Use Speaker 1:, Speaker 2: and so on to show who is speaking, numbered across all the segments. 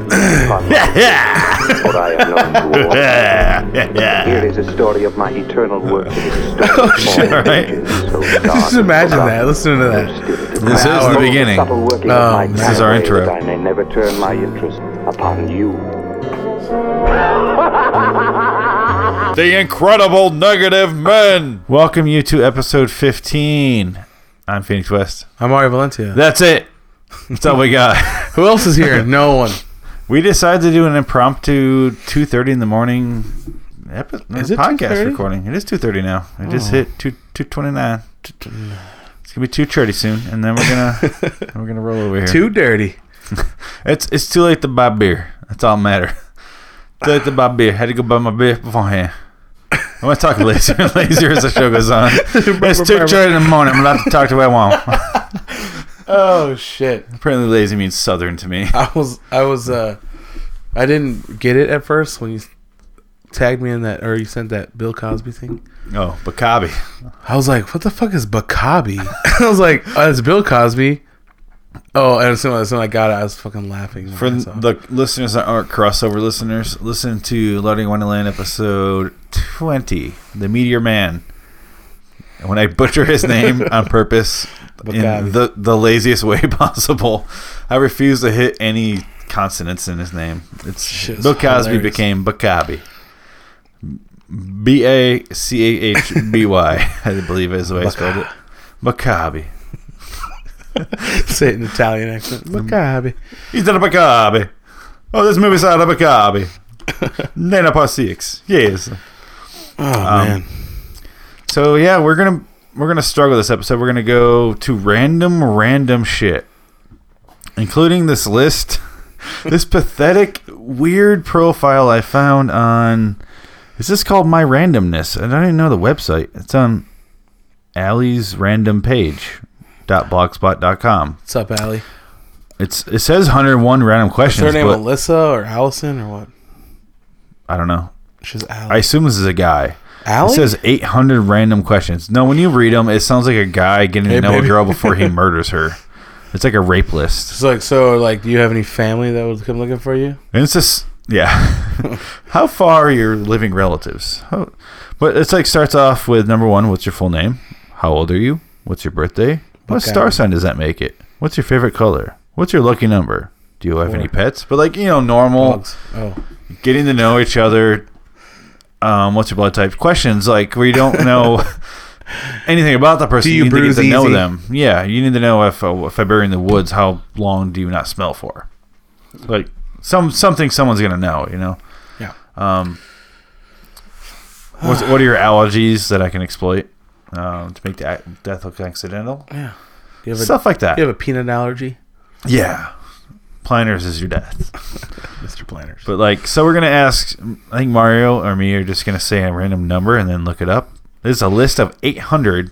Speaker 1: upon me, for I am known to all. Here is a story of my eternal work. Oh,
Speaker 2: sure, right?
Speaker 3: Just imagine that. Listen to that.
Speaker 2: This is the beginning.
Speaker 3: Oh,
Speaker 2: this is our intro.
Speaker 1: I may never turn my interest upon you.
Speaker 2: The Incredible Negative Men. Welcome you to episode 15. I'm Phoenix West.
Speaker 3: I'm Mario Valencia.
Speaker 2: That's it. That's all we got.
Speaker 3: Who else is here? No one.
Speaker 2: We decided to do an impromptu 2:30 in the morning epi- uh,
Speaker 3: Is it
Speaker 2: podcast
Speaker 3: 2:30?
Speaker 2: recording. It is 2:30 now. It just hit 2 2:29. It's gonna be 2:30 soon, and then we're gonna we're gonna roll over here.
Speaker 3: Too dirty.
Speaker 2: It's it's too late to buy beer. That's all that matter. Too late to buy beer. Had to go buy my beer beforehand. I want to talk later and later as the show goes on. It's too early in the morning. I'm allowed to talk to who I want.
Speaker 3: Oh shit.
Speaker 2: Apparently, lazy means southern to me.
Speaker 3: I was I was uh I didn't get it at first when you tagged me in that or you sent that Bill Cosby thing.
Speaker 2: Oh, Bacabi.
Speaker 3: I was like, what the fuck is Bacabi? I was like, oh, it's Bill Cosby. Oh, and as soon as as soon as I got it, I was fucking laughing. my
Speaker 2: For
Speaker 3: ass off.
Speaker 2: the listeners that aren't crossover listeners, listen to Loading Wonderland episode 20, The Meteor Man. And When I butcher his name on purpose in
Speaker 3: Bacabi.
Speaker 2: the, the laziest way possible, I refuse to hit any consonants in his name. It's
Speaker 3: Shit's
Speaker 2: Bill Cosby
Speaker 3: hilarious.
Speaker 2: became Bacabi. B A C A H B Y, I believe is the way I spelled it. Bacabi.
Speaker 3: say it in Italian
Speaker 2: Um,
Speaker 3: accent. Bacabi.
Speaker 2: He's done a Bacabi. Oh, this movie's out of Bacabi. Nine upon six. Yes. um,
Speaker 3: Oh man.
Speaker 2: So yeah, we're gonna we're gonna struggle this episode. We're gonna go to random random shit, including this list, this pathetic weird profile I found on. Is this called My Randomness? I don't even know the website. It's on Allie's Random Page. Dot blogspot.com.
Speaker 3: What's up, Allie?
Speaker 2: It's it says 101 random
Speaker 3: Is
Speaker 2: questions,
Speaker 3: her name
Speaker 2: but
Speaker 3: Alyssa or Allison or what?
Speaker 2: I don't know.
Speaker 3: She's
Speaker 2: I
Speaker 3: Allie.
Speaker 2: assume this is a guy.
Speaker 3: Allie?
Speaker 2: It says 800 random questions. No, when you read them, it sounds like a guy getting
Speaker 3: Hey,
Speaker 2: to know
Speaker 3: baby.
Speaker 2: a girl before he murders her. It's like a rape list.
Speaker 3: It's like so. Like, do you have any family that would come looking for you?
Speaker 2: And it's just, yeah. How far are your living relatives? How, but it's like starts off with number one, what's your full name? How old are you? What's your birthday? What
Speaker 3: Okay.
Speaker 2: star sign does that make it? What's your favorite color? What's your lucky number? Do you have any
Speaker 3: Four.
Speaker 2: pets? But like, you know, normal.
Speaker 3: Dogs. Oh,
Speaker 2: getting to know each other. Um, what's your blood type? Questions like where you don't know anything about the person.
Speaker 3: Do you
Speaker 2: need to get
Speaker 3: bruise
Speaker 2: to know
Speaker 3: easy?
Speaker 2: them. Yeah, you need to know if uh, if I bury in the woods, how long do you not smell for? Like some something someone's gonna know. You know.
Speaker 3: Yeah.
Speaker 2: Um. What's, what are your allergies that I can exploit um, to make the ac- death look accidental?
Speaker 3: yeah. You have a
Speaker 2: Stuff like that.
Speaker 3: you have a peanut allergy,
Speaker 2: yeah. Planners is your death.
Speaker 3: Mister Planners.
Speaker 2: But like, so we're gonna ask. I think Mario or me are just gonna say a random number and then look it up. There's a list of 800,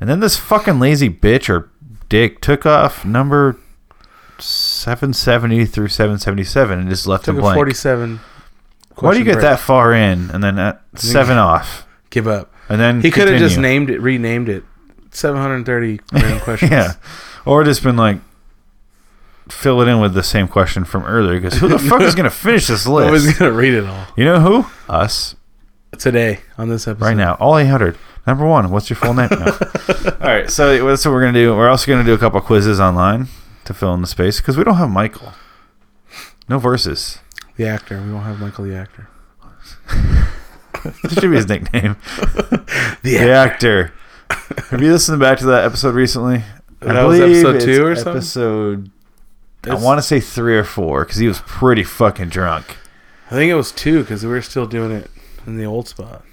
Speaker 2: and then this fucking lazy bitch or dick took off number 770 through 777 and just left
Speaker 3: Took
Speaker 2: them
Speaker 3: a
Speaker 2: blank.
Speaker 3: forty-seven.
Speaker 2: Why do you
Speaker 3: question
Speaker 2: get
Speaker 3: break.
Speaker 2: that far in and then at seven off,
Speaker 3: Give up.
Speaker 2: and then
Speaker 3: He could have just
Speaker 2: continue?
Speaker 3: named it, renamed it. Seven hundred thirty grand questions.
Speaker 2: yeah, or just been like. Fill it in with the same question from earlier because who the fuck is going to finish this
Speaker 3: I was
Speaker 2: list?
Speaker 3: gonna read it all
Speaker 2: You know who? Us.
Speaker 3: today on this episode.
Speaker 2: right now. All 800. Number one, what's your full name? No. All right, so that's what we're going to do. We're also going to do a couple quizzes online to fill in the space because we don't have Michael. No verses.
Speaker 3: The actor. We don't have Michael the actor.
Speaker 2: This should be his nickname.
Speaker 3: The
Speaker 2: The actor. Have you listened back to that episode recently?
Speaker 3: That was episode two or something?
Speaker 2: Episode, I
Speaker 3: It's-
Speaker 2: want to say three or four because he was pretty fucking drunk.
Speaker 3: I think it was two because we were still doing it in the old spot.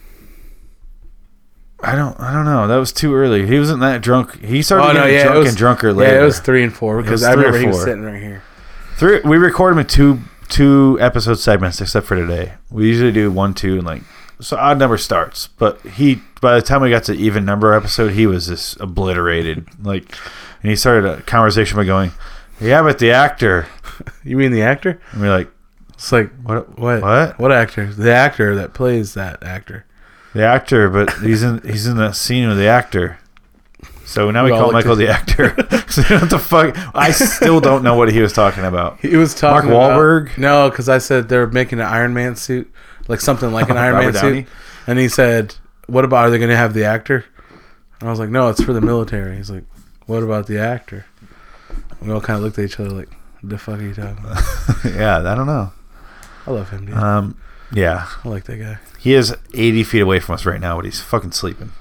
Speaker 2: I don't, I don't know. That was too early. He wasn't that drunk. He started getting
Speaker 3: it
Speaker 2: drunk
Speaker 3: was-
Speaker 2: and drunker
Speaker 3: yeah,
Speaker 2: later.
Speaker 3: it was three and four because
Speaker 2: was
Speaker 3: I
Speaker 2: three or
Speaker 3: remember he was
Speaker 2: four.
Speaker 3: sitting right here.
Speaker 2: Three, we record them in two two episode segments, except for today. We usually do one, two, and like so odd number starts. But he, by the time we got to even number episode, he was just obliterated. Like, and he started a conversation by going, "Yeah, but the actor,"
Speaker 3: You mean the actor?
Speaker 2: and we're like,
Speaker 3: It's like
Speaker 2: "What?
Speaker 3: What?
Speaker 2: What?
Speaker 3: What actor? The actor that plays that actor.
Speaker 2: The actor? But he's in he's in that scene with the actor." So now we,
Speaker 3: We all
Speaker 2: call
Speaker 3: looked
Speaker 2: Michael the actor. so what the fuck? I still don't know what he was talking about.
Speaker 3: He was talking
Speaker 2: Mark
Speaker 3: about-
Speaker 2: Wahlberg?
Speaker 3: no, because I said they're making an Iron Man suit, like something like an Iron Man
Speaker 2: Robert Downey?
Speaker 3: suit, and he said, "What about are they going to have the actor?" And I was like, "No, it's for the military." He's like, "What about the actor?" We all kind of looked at each other like, "The fuck are you talking?" about?
Speaker 2: yeah, I don't know.
Speaker 3: I love him, dude.
Speaker 2: Um, yeah,
Speaker 3: I like that guy.
Speaker 2: he is 80 feet away from us right now, but he's fucking sleeping.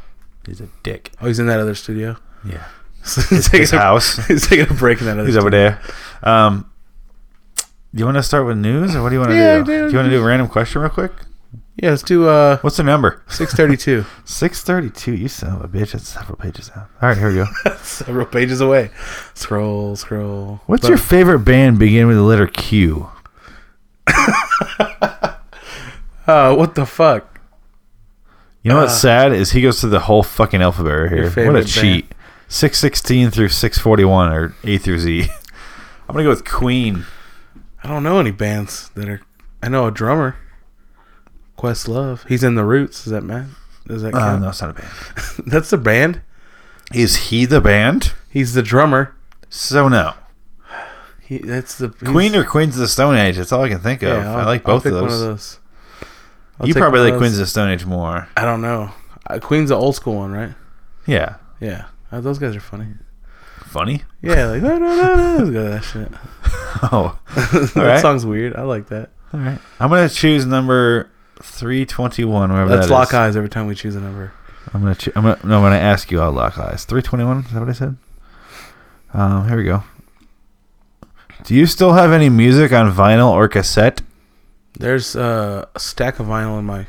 Speaker 2: He's a dick.
Speaker 3: Oh, he's in that other studio.
Speaker 2: Yeah,
Speaker 3: he's,
Speaker 2: his
Speaker 3: taking a,
Speaker 2: house.
Speaker 3: he's taking a break in that other.
Speaker 2: He's over there. Um, do you want to start with news, or what do you want to
Speaker 3: Yeah,
Speaker 2: do?
Speaker 3: dude.
Speaker 2: Do you want to do a random question real quick?
Speaker 3: Yeah, let's do uh
Speaker 2: What's the number?
Speaker 3: six thirty two.
Speaker 2: Six thirty-two. You son of a bitch. That's several pages out. All right, here we go.
Speaker 3: Several pages away. Scroll, scroll.
Speaker 2: What's
Speaker 3: But
Speaker 2: your favorite band? Begin with the letter Q.
Speaker 3: uh what the fuck?
Speaker 2: You know what's sad is he goes through the whole fucking alphabet right
Speaker 3: Your
Speaker 2: here.
Speaker 3: favorite
Speaker 2: What a
Speaker 3: band.
Speaker 2: cheat. Six sixteen through six forty one or A through Z. I'm gonna go with Queen.
Speaker 3: I don't know any bands that are. I know a drummer, Quest Love. He's in the Roots. Is that man? Does that
Speaker 2: Oh,
Speaker 3: count?
Speaker 2: no, it's not a band.
Speaker 3: That's the band.
Speaker 2: Is he the band?
Speaker 3: He's the drummer.
Speaker 2: So no.
Speaker 3: He that's the he's-
Speaker 2: Queen or Queens of the Stone Age. That's all I can think of.
Speaker 3: Yeah, I'll-
Speaker 2: I like
Speaker 3: I'll
Speaker 2: both
Speaker 3: pick
Speaker 2: of those.
Speaker 3: One of those. I'll
Speaker 2: you
Speaker 3: take
Speaker 2: probably
Speaker 3: one
Speaker 2: like
Speaker 3: of
Speaker 2: Queens
Speaker 3: those.
Speaker 2: of the Stone Age more.
Speaker 3: I don't know. Uh, Queen's the old school one, right?
Speaker 2: Yeah.
Speaker 3: Yeah, Uh, those guys are funny.
Speaker 2: Funny.
Speaker 3: Yeah, like no, no, no, no. that shit.
Speaker 2: Oh.
Speaker 3: that
Speaker 2: All right.
Speaker 3: song's weird. I like that.
Speaker 2: All right. I'm gonna choose number three twenty one. Wherever
Speaker 3: Let's
Speaker 2: that
Speaker 3: lock
Speaker 2: is.
Speaker 3: eyes every time we choose a number.
Speaker 2: I'm gonna. Cho- I'm gonna. No, when I ask you, I'll lock eyes. Three twenty-one. Is that what I said? Um, here we go. Do you still have any music on vinyl or cassette?
Speaker 3: There's uh, a stack of vinyl in my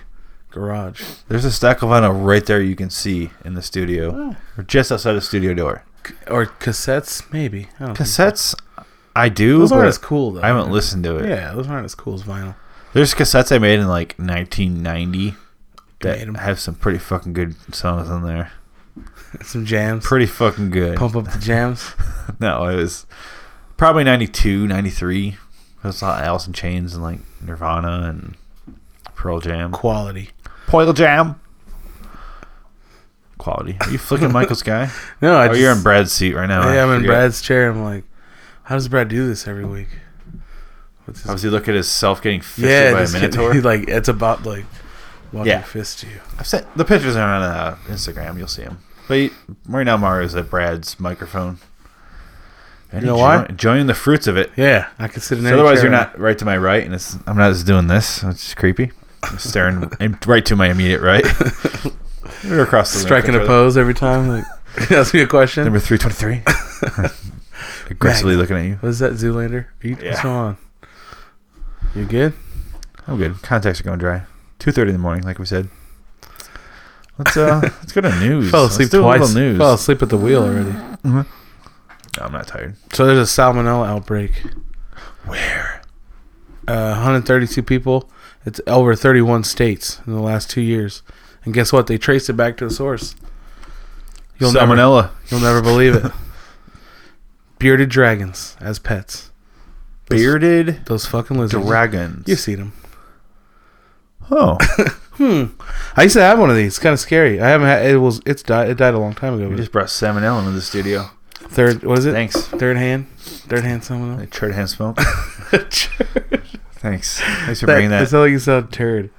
Speaker 3: garage.
Speaker 2: There's a stack of vinyl right there you can see in the
Speaker 3: Oh.
Speaker 2: studio, or just outside the studio door.
Speaker 3: C- or cassettes, maybe. I don't think so.
Speaker 2: Cassettes, I do.
Speaker 3: Those aren't
Speaker 2: but
Speaker 3: as cool though.
Speaker 2: I haven't listened to it.
Speaker 3: Yeah, those aren't as cool as vinyl.
Speaker 2: There's cassettes I made in like 1990 that
Speaker 3: made 'em.
Speaker 2: have some pretty fucking good songs on there.
Speaker 3: Some jams.
Speaker 2: Pretty fucking good.
Speaker 3: Pump up the jams.
Speaker 2: No, it was probably 92, 93. I saw Alice in Chains and like Nirvana and Pearl Jam.
Speaker 3: Quality.
Speaker 2: Pearl Jam. Quality. Are you flicking Michael's guy?
Speaker 3: No, I
Speaker 2: Oh,
Speaker 3: just,
Speaker 2: you're in Brad's seat right now.
Speaker 3: Yeah,
Speaker 2: I
Speaker 3: I'm in
Speaker 2: forget.
Speaker 3: Brad's chair. I'm like, how does Brad do this every week? What's his,
Speaker 2: How does he look at himself getting fisted
Speaker 3: yeah,
Speaker 2: by a
Speaker 3: just kidding.
Speaker 2: minotaur?
Speaker 3: He, like it's about like walking
Speaker 2: Yeah.
Speaker 3: fist to you.
Speaker 2: I've sent the pictures are on uh, Instagram. You'll see him. But he- right now, Mario's at Brad's microphone. And
Speaker 3: You know
Speaker 2: he's
Speaker 3: why?
Speaker 2: enjoy- Enjoying the fruits of it.
Speaker 3: Yeah, I could sit in.
Speaker 2: So
Speaker 3: any
Speaker 2: otherwise,
Speaker 3: chair
Speaker 2: you're
Speaker 3: right
Speaker 2: not right to my right, and it's I'm not just doing this. It's just creepy. I'm staring I'm right to my immediate right. We're across the
Speaker 3: now.
Speaker 2: room.
Speaker 3: striking a
Speaker 2: Control-
Speaker 3: pose every time. Like, ask me a question.
Speaker 2: Number three twenty three. Aggressively looking at you.
Speaker 3: What is that, Zoolander? Are you,
Speaker 2: Yeah.
Speaker 3: What's going on? You good?
Speaker 2: I'm good. Contacts are going dry. Two thirty in the morning, like we said. Let's uh, let's go to news.
Speaker 3: Fell
Speaker 2: Let's
Speaker 3: asleep
Speaker 2: do a little
Speaker 3: twice.
Speaker 2: news.
Speaker 3: Fell asleep at the wheel already.
Speaker 2: No, I'm not tired.
Speaker 3: So there's a salmonella outbreak.
Speaker 2: Where?
Speaker 3: uh, 132 people. It's over 31 states in the last two years. And guess what? They traced it back to the source. You'll never,
Speaker 2: Salmonella.
Speaker 3: you'll never believe it. Bearded dragons as pets. Those-
Speaker 2: Bearded
Speaker 3: Those fucking lizards.
Speaker 2: dragons.
Speaker 3: You've seen them.
Speaker 2: Oh,
Speaker 3: I used to have one of these. Kind of scary. I haven't had it. Was it's died? It died a long time ago.
Speaker 2: we
Speaker 3: but
Speaker 2: just brought salmonella into the studio.
Speaker 3: third. What is it?
Speaker 2: Thanks.
Speaker 3: Third hand. Third hand. Someone
Speaker 2: Hey, Turd hand smoke.
Speaker 3: else.
Speaker 2: Thanks. Thanks for bringing
Speaker 3: that, that.
Speaker 2: that.
Speaker 3: sounds like you sound turd.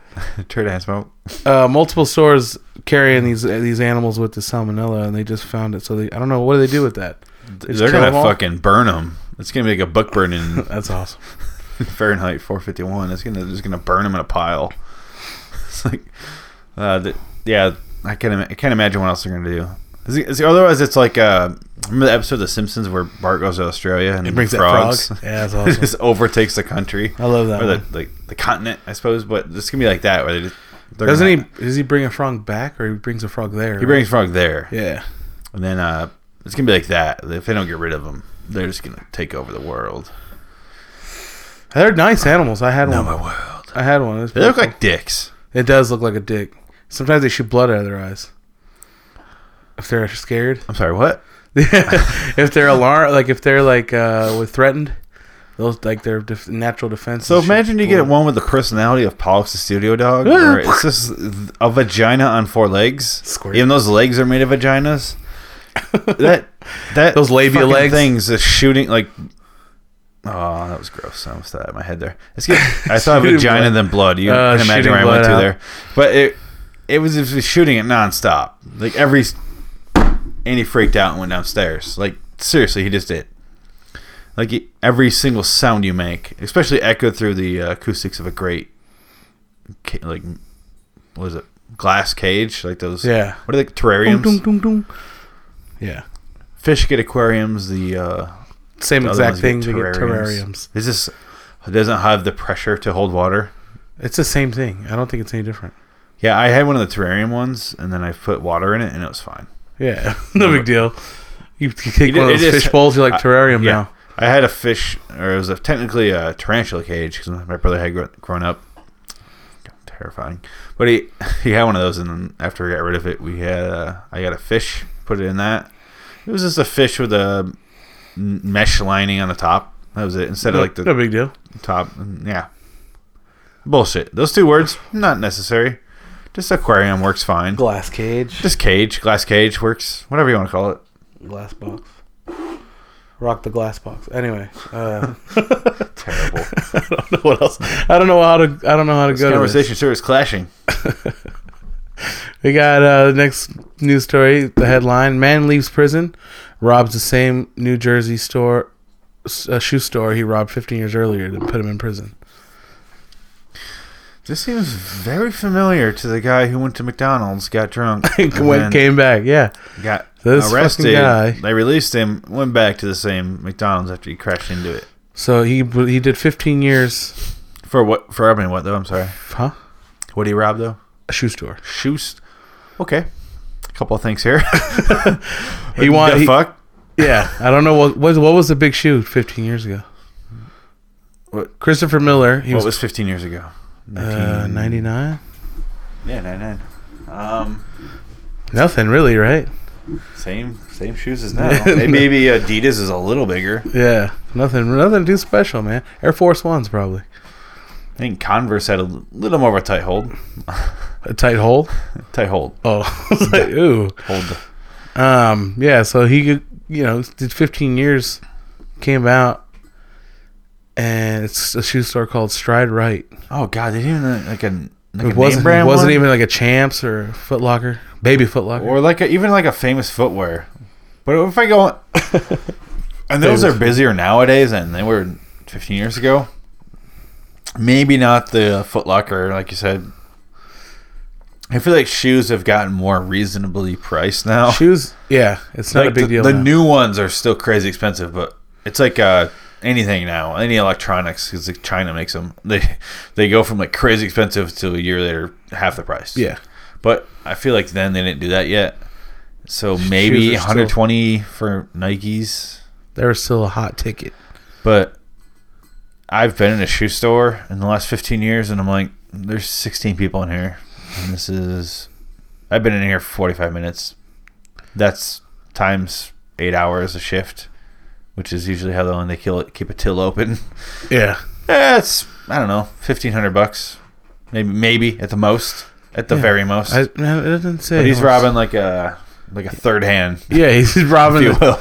Speaker 2: Turd hand smoke.
Speaker 3: uh, multiple stores carrying these these animals with the salmonella, and they just found it. So they, I don't know what do they do with that. They just
Speaker 2: They're
Speaker 3: kill
Speaker 2: gonna
Speaker 3: 'em all?
Speaker 2: fucking burn them. It's gonna be like a book burn in
Speaker 3: That's awesome.
Speaker 2: Fahrenheit 451. It's gonna just gonna burn them in a pile. It's like, uh, the, yeah, I can not I can't imagine what else they're gonna do. Is it- is it- otherwise, it's like uh, remember the episode of The Simpsons where Bart goes to Australia and
Speaker 3: It brings
Speaker 2: frogs.
Speaker 3: that frog. Yeah, that's
Speaker 2: It
Speaker 3: awesome.
Speaker 2: just overtakes the country
Speaker 3: I love that.
Speaker 2: or the
Speaker 3: One.
Speaker 2: like the continent, I suppose. But it's gonna be like that where they just they're
Speaker 3: Doesn't
Speaker 2: gonna-
Speaker 3: he? Does he bring a frog back, or he brings a frog there?
Speaker 2: He brings frog there,
Speaker 3: Yeah.
Speaker 2: and then uh, it's gonna be like that. If they don't get rid of them, they're just gonna take over the world.
Speaker 3: They're nice animals. I had one.
Speaker 2: world.
Speaker 3: I had one. It, was
Speaker 2: They look
Speaker 3: pretty
Speaker 2: like dicks.
Speaker 3: cool. it does look like a dick. Sometimes they shoot blood out of their eyes. If they're scared,
Speaker 2: I'm sorry, what?
Speaker 3: if they're alarmed, like if they're like uh, with threatened, those like their def- natural defense.
Speaker 2: So imagine you get one with the personality of Pollux the Studio Dog, where it's just a vagina on four legs.
Speaker 3: Squirt.
Speaker 2: Even those legs are made of vaginas. that that
Speaker 3: Those labia
Speaker 2: fucking
Speaker 3: legs?
Speaker 2: things is shooting like oh that was gross I almost thought out of my head there it's good I saw a
Speaker 3: Shooting
Speaker 2: vagina
Speaker 3: blood.
Speaker 2: then blood you
Speaker 3: Uh,
Speaker 2: can imagine
Speaker 3: shooting
Speaker 2: where I went
Speaker 3: blood
Speaker 2: to
Speaker 3: out.
Speaker 2: there but it it was, it was shooting it nonstop like every s- and he freaked out and went downstairs like seriously he just did like he- every single sound you make especially echoed through the uh, acoustics of a great ca- like what is it glass cage like those
Speaker 3: Yeah.
Speaker 2: what are they
Speaker 3: Dun,
Speaker 2: terrariums
Speaker 3: dun, dun, dun. Yeah.
Speaker 2: fish get aquariums. The uh,
Speaker 3: Same
Speaker 2: the other
Speaker 3: exact
Speaker 2: ones
Speaker 3: thing. They get terrariums.
Speaker 2: Is this it doesn't have the pressure to hold water?
Speaker 3: It's the same thing. I don't think it's any different.
Speaker 2: Yeah, I had one of the terrarium ones, and then I put water in it, and it was fine.
Speaker 3: Yeah. no big deal. You, you take
Speaker 2: It-
Speaker 3: one of
Speaker 2: it
Speaker 3: those
Speaker 2: is-
Speaker 3: fish bowls, you're like terrarium
Speaker 2: yeah,
Speaker 3: now.
Speaker 2: I had a fish, or it was a, technically a tarantula cage because my brother had gr- grown up. Terrifying, but he he had one of those, and then after we got rid of it, we had uh, I got a fish, put it in that. It was just a fish with a n- mesh lining on the top. That was it. Instead
Speaker 3: No,
Speaker 2: of like the
Speaker 3: no big deal.
Speaker 2: top. and- Yeah. Bullshit. Those two words, not necessary. Just aquarium works fine.
Speaker 3: Glass cage.
Speaker 2: Just cage, glass cage works, whatever you want to call it.
Speaker 3: glass box. Rock the glass box. Anyway, uh,
Speaker 2: Terrible.
Speaker 3: I don't know what else. I don't know how to. I don't know how to
Speaker 2: This
Speaker 3: go. To this.
Speaker 2: conversation sure is clashing.
Speaker 3: We got uh, the next news story. The headline: Man leaves prison, robs the same New Jersey store, s- uh, shoe store he robbed 15 years earlier to put him in prison.
Speaker 2: This seems very familiar to the guy who went to McDonald's, got drunk,
Speaker 3: Went
Speaker 2: and then
Speaker 3: came back. Yeah,
Speaker 2: got
Speaker 3: This
Speaker 2: arrested.
Speaker 3: fucking guy.
Speaker 2: They released him, went back to the same McDonald's after he crashed into it.
Speaker 3: so he he did 15 years.
Speaker 2: For what? For robbing what though? I'm sorry.
Speaker 3: Huh?
Speaker 2: What did he rob though?
Speaker 3: A shoe store.
Speaker 2: Shoes. Okay. A couple of things here.
Speaker 3: He
Speaker 2: the
Speaker 3: wanted. He,
Speaker 2: fuck?
Speaker 3: yeah, I don't know what was what was the big shoe 15 years ago.
Speaker 2: What-
Speaker 3: Christopher Miller. He
Speaker 2: what
Speaker 3: was
Speaker 2: was 15 years ago?
Speaker 3: uh, 99.
Speaker 2: Yeah, 99. Um,
Speaker 3: Nothing really, right?
Speaker 2: same same shoes as now. Hey, Maybe Adidas is a little bigger.
Speaker 3: Yeah, nothing, nothing too special, man. Air Force Ones probably
Speaker 2: I think Converse had a little more of a tight hold.
Speaker 3: a tight hole.
Speaker 2: Tight hold.
Speaker 3: Oh, I was like, ooh.
Speaker 2: Hold.
Speaker 3: Um, yeah. So he, could, you know, did 15 years, came out, and it's a shoe store called Stride Right.
Speaker 2: Oh God, they didn't even like a like
Speaker 3: It
Speaker 2: a name
Speaker 3: wasn't it
Speaker 2: brand.
Speaker 3: wasn't
Speaker 2: one?
Speaker 3: even like a Champs or Foot Locker, Baby Foot Locker.
Speaker 2: or like a, even like a famous footwear. But if I go, and those are busier nowadays than they were 15 years ago. Maybe not the Foot Locker, like you said. I feel like shoes have gotten more reasonably priced now.
Speaker 3: Shoes, yeah, it's not
Speaker 2: Like,
Speaker 3: a big
Speaker 2: the,
Speaker 3: deal.
Speaker 2: The
Speaker 3: now.
Speaker 2: new ones are still crazy expensive, but it's like uh, anything now, any electronics, because like China makes them. They they go from like crazy expensive to a year later half the price.
Speaker 3: yeah,
Speaker 2: but I feel like then they didn't do that yet. So maybe
Speaker 3: are still-
Speaker 2: 120 for Nikes,
Speaker 3: they were still a hot ticket.
Speaker 2: but I've been in a shoe store in the last 15 years, and I'm like, there's 16 people in here, and this is. I've been in here for 45 minutes. That's times eight hours a shift, which is usually how long they kill it, keep a till open.
Speaker 3: Yeah,
Speaker 2: That's I don't know, 1500 bucks, maybe maybe at the most, at the
Speaker 3: Yeah.
Speaker 2: very most.
Speaker 3: I, no, it doesn't say.
Speaker 2: but he's
Speaker 3: how much-
Speaker 2: robbing like a like a third hand,
Speaker 3: Yeah, he's robbing.
Speaker 2: if you
Speaker 3: the-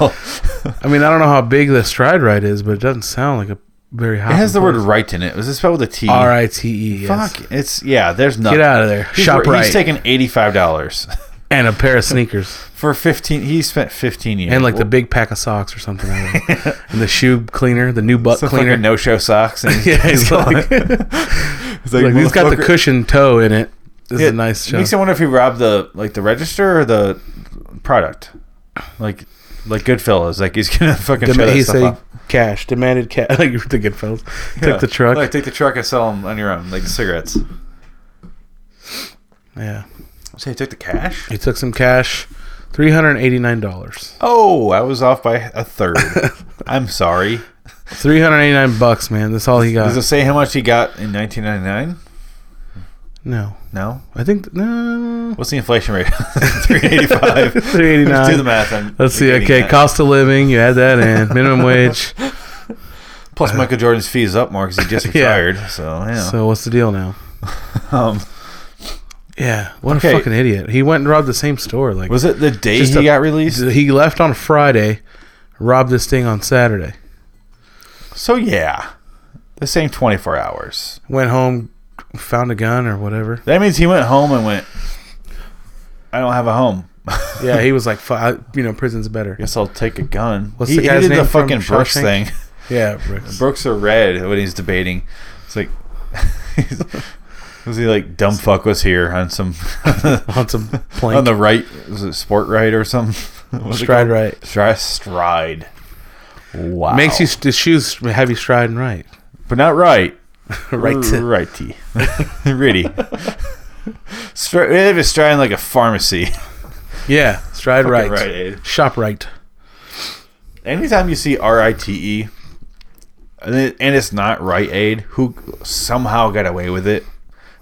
Speaker 2: will.
Speaker 3: I mean, I don't know how big the stride ride is, but it doesn't sound like a very high.
Speaker 2: it has the word right in it. Was it spelled with a T?
Speaker 3: R I T E. yes.
Speaker 2: Fuck. It's yeah. There's nothing.
Speaker 3: Get out of there.
Speaker 2: He's,
Speaker 3: Shop
Speaker 2: he's
Speaker 3: right.
Speaker 2: taking eighty five dollars
Speaker 3: and a pair of sneakers
Speaker 2: for fifteen. He spent fifteen years
Speaker 3: and like the big pack of socks or something. I don't know. and the shoe cleaner, the new butt
Speaker 2: Some
Speaker 3: cleaner.
Speaker 2: fucking no show socks. And
Speaker 3: Yeah, he's like-
Speaker 2: he's like,
Speaker 3: like, he's got the
Speaker 2: motherfucker.
Speaker 3: cushion toe in it. This
Speaker 2: Yeah,
Speaker 3: is a nice show.
Speaker 2: Makes me wonder if he robbed the like the register or the product, like like Goodfellas. Like he's gonna fucking show
Speaker 3: Dema-
Speaker 2: that
Speaker 3: he
Speaker 2: stuff
Speaker 3: said
Speaker 2: off.
Speaker 3: cash demanded cash. like the good fellas.
Speaker 2: Yeah.
Speaker 3: Took the truck.
Speaker 2: Like take the truck and sell them on your own, like the cigarettes.
Speaker 3: yeah,
Speaker 2: So he took the cash.
Speaker 3: he took some cash. Three hundred eighty-nine dollars.
Speaker 2: Oh, I was off by a third. I'm sorry.
Speaker 3: Three hundred eighty-nine bucks, man. That's all he got.
Speaker 2: Does it say how much he got in 1999?
Speaker 3: no,
Speaker 2: No.
Speaker 3: I think no.
Speaker 2: What's the inflation rate? 385.
Speaker 3: 389.
Speaker 2: Let's do the math. I'm
Speaker 3: Let's see.
Speaker 2: forgetting
Speaker 3: Okay,
Speaker 2: that.
Speaker 3: cost of living. You add that in. Minimum wage.
Speaker 2: Plus, Michael Jordan's fee is up more because he just
Speaker 3: Yeah.
Speaker 2: retired. So yeah.
Speaker 3: So what's the deal now?
Speaker 2: um,
Speaker 3: Yeah, what
Speaker 2: Okay.
Speaker 3: a fucking idiot. He went and robbed the same store. Like
Speaker 2: Was it the day
Speaker 3: Just
Speaker 2: he
Speaker 3: a-
Speaker 2: got released?
Speaker 3: he left on Friday, robbed this thing on Saturday.
Speaker 2: So yeah, the same 24 hours.
Speaker 3: Went home, found a gun or whatever.
Speaker 2: That means he went home and went. I don't have a home.
Speaker 3: Yeah, he was like, "Fu- I- you know, prison's better.
Speaker 2: Guess I'll take a gun.
Speaker 3: What's
Speaker 2: he,
Speaker 3: the
Speaker 2: he
Speaker 3: guy's
Speaker 2: did the
Speaker 3: name from
Speaker 2: fucking Brooks
Speaker 3: Shawshank?
Speaker 2: thing.
Speaker 3: Yeah, Brooks.
Speaker 2: Brooks or Red when he's debating. It's like, was he like dumb fuck was here on some
Speaker 3: on some
Speaker 2: on
Speaker 3: plank.
Speaker 2: the right? Was it sport right or something? What's it
Speaker 3: stride
Speaker 2: called?
Speaker 3: right.
Speaker 2: Stride. Stride. Wow.
Speaker 3: Makes you the shoes have you striding right.
Speaker 2: but not right.
Speaker 3: Right.
Speaker 2: Righty. Ritty. Stri- if it's striding like a pharmacy.
Speaker 3: Yeah, stride right.
Speaker 2: Fucking Rite Aid.
Speaker 3: Shop right.
Speaker 2: Anytime you see R I T E, and it- and it's not Right Aid, who somehow got away with it.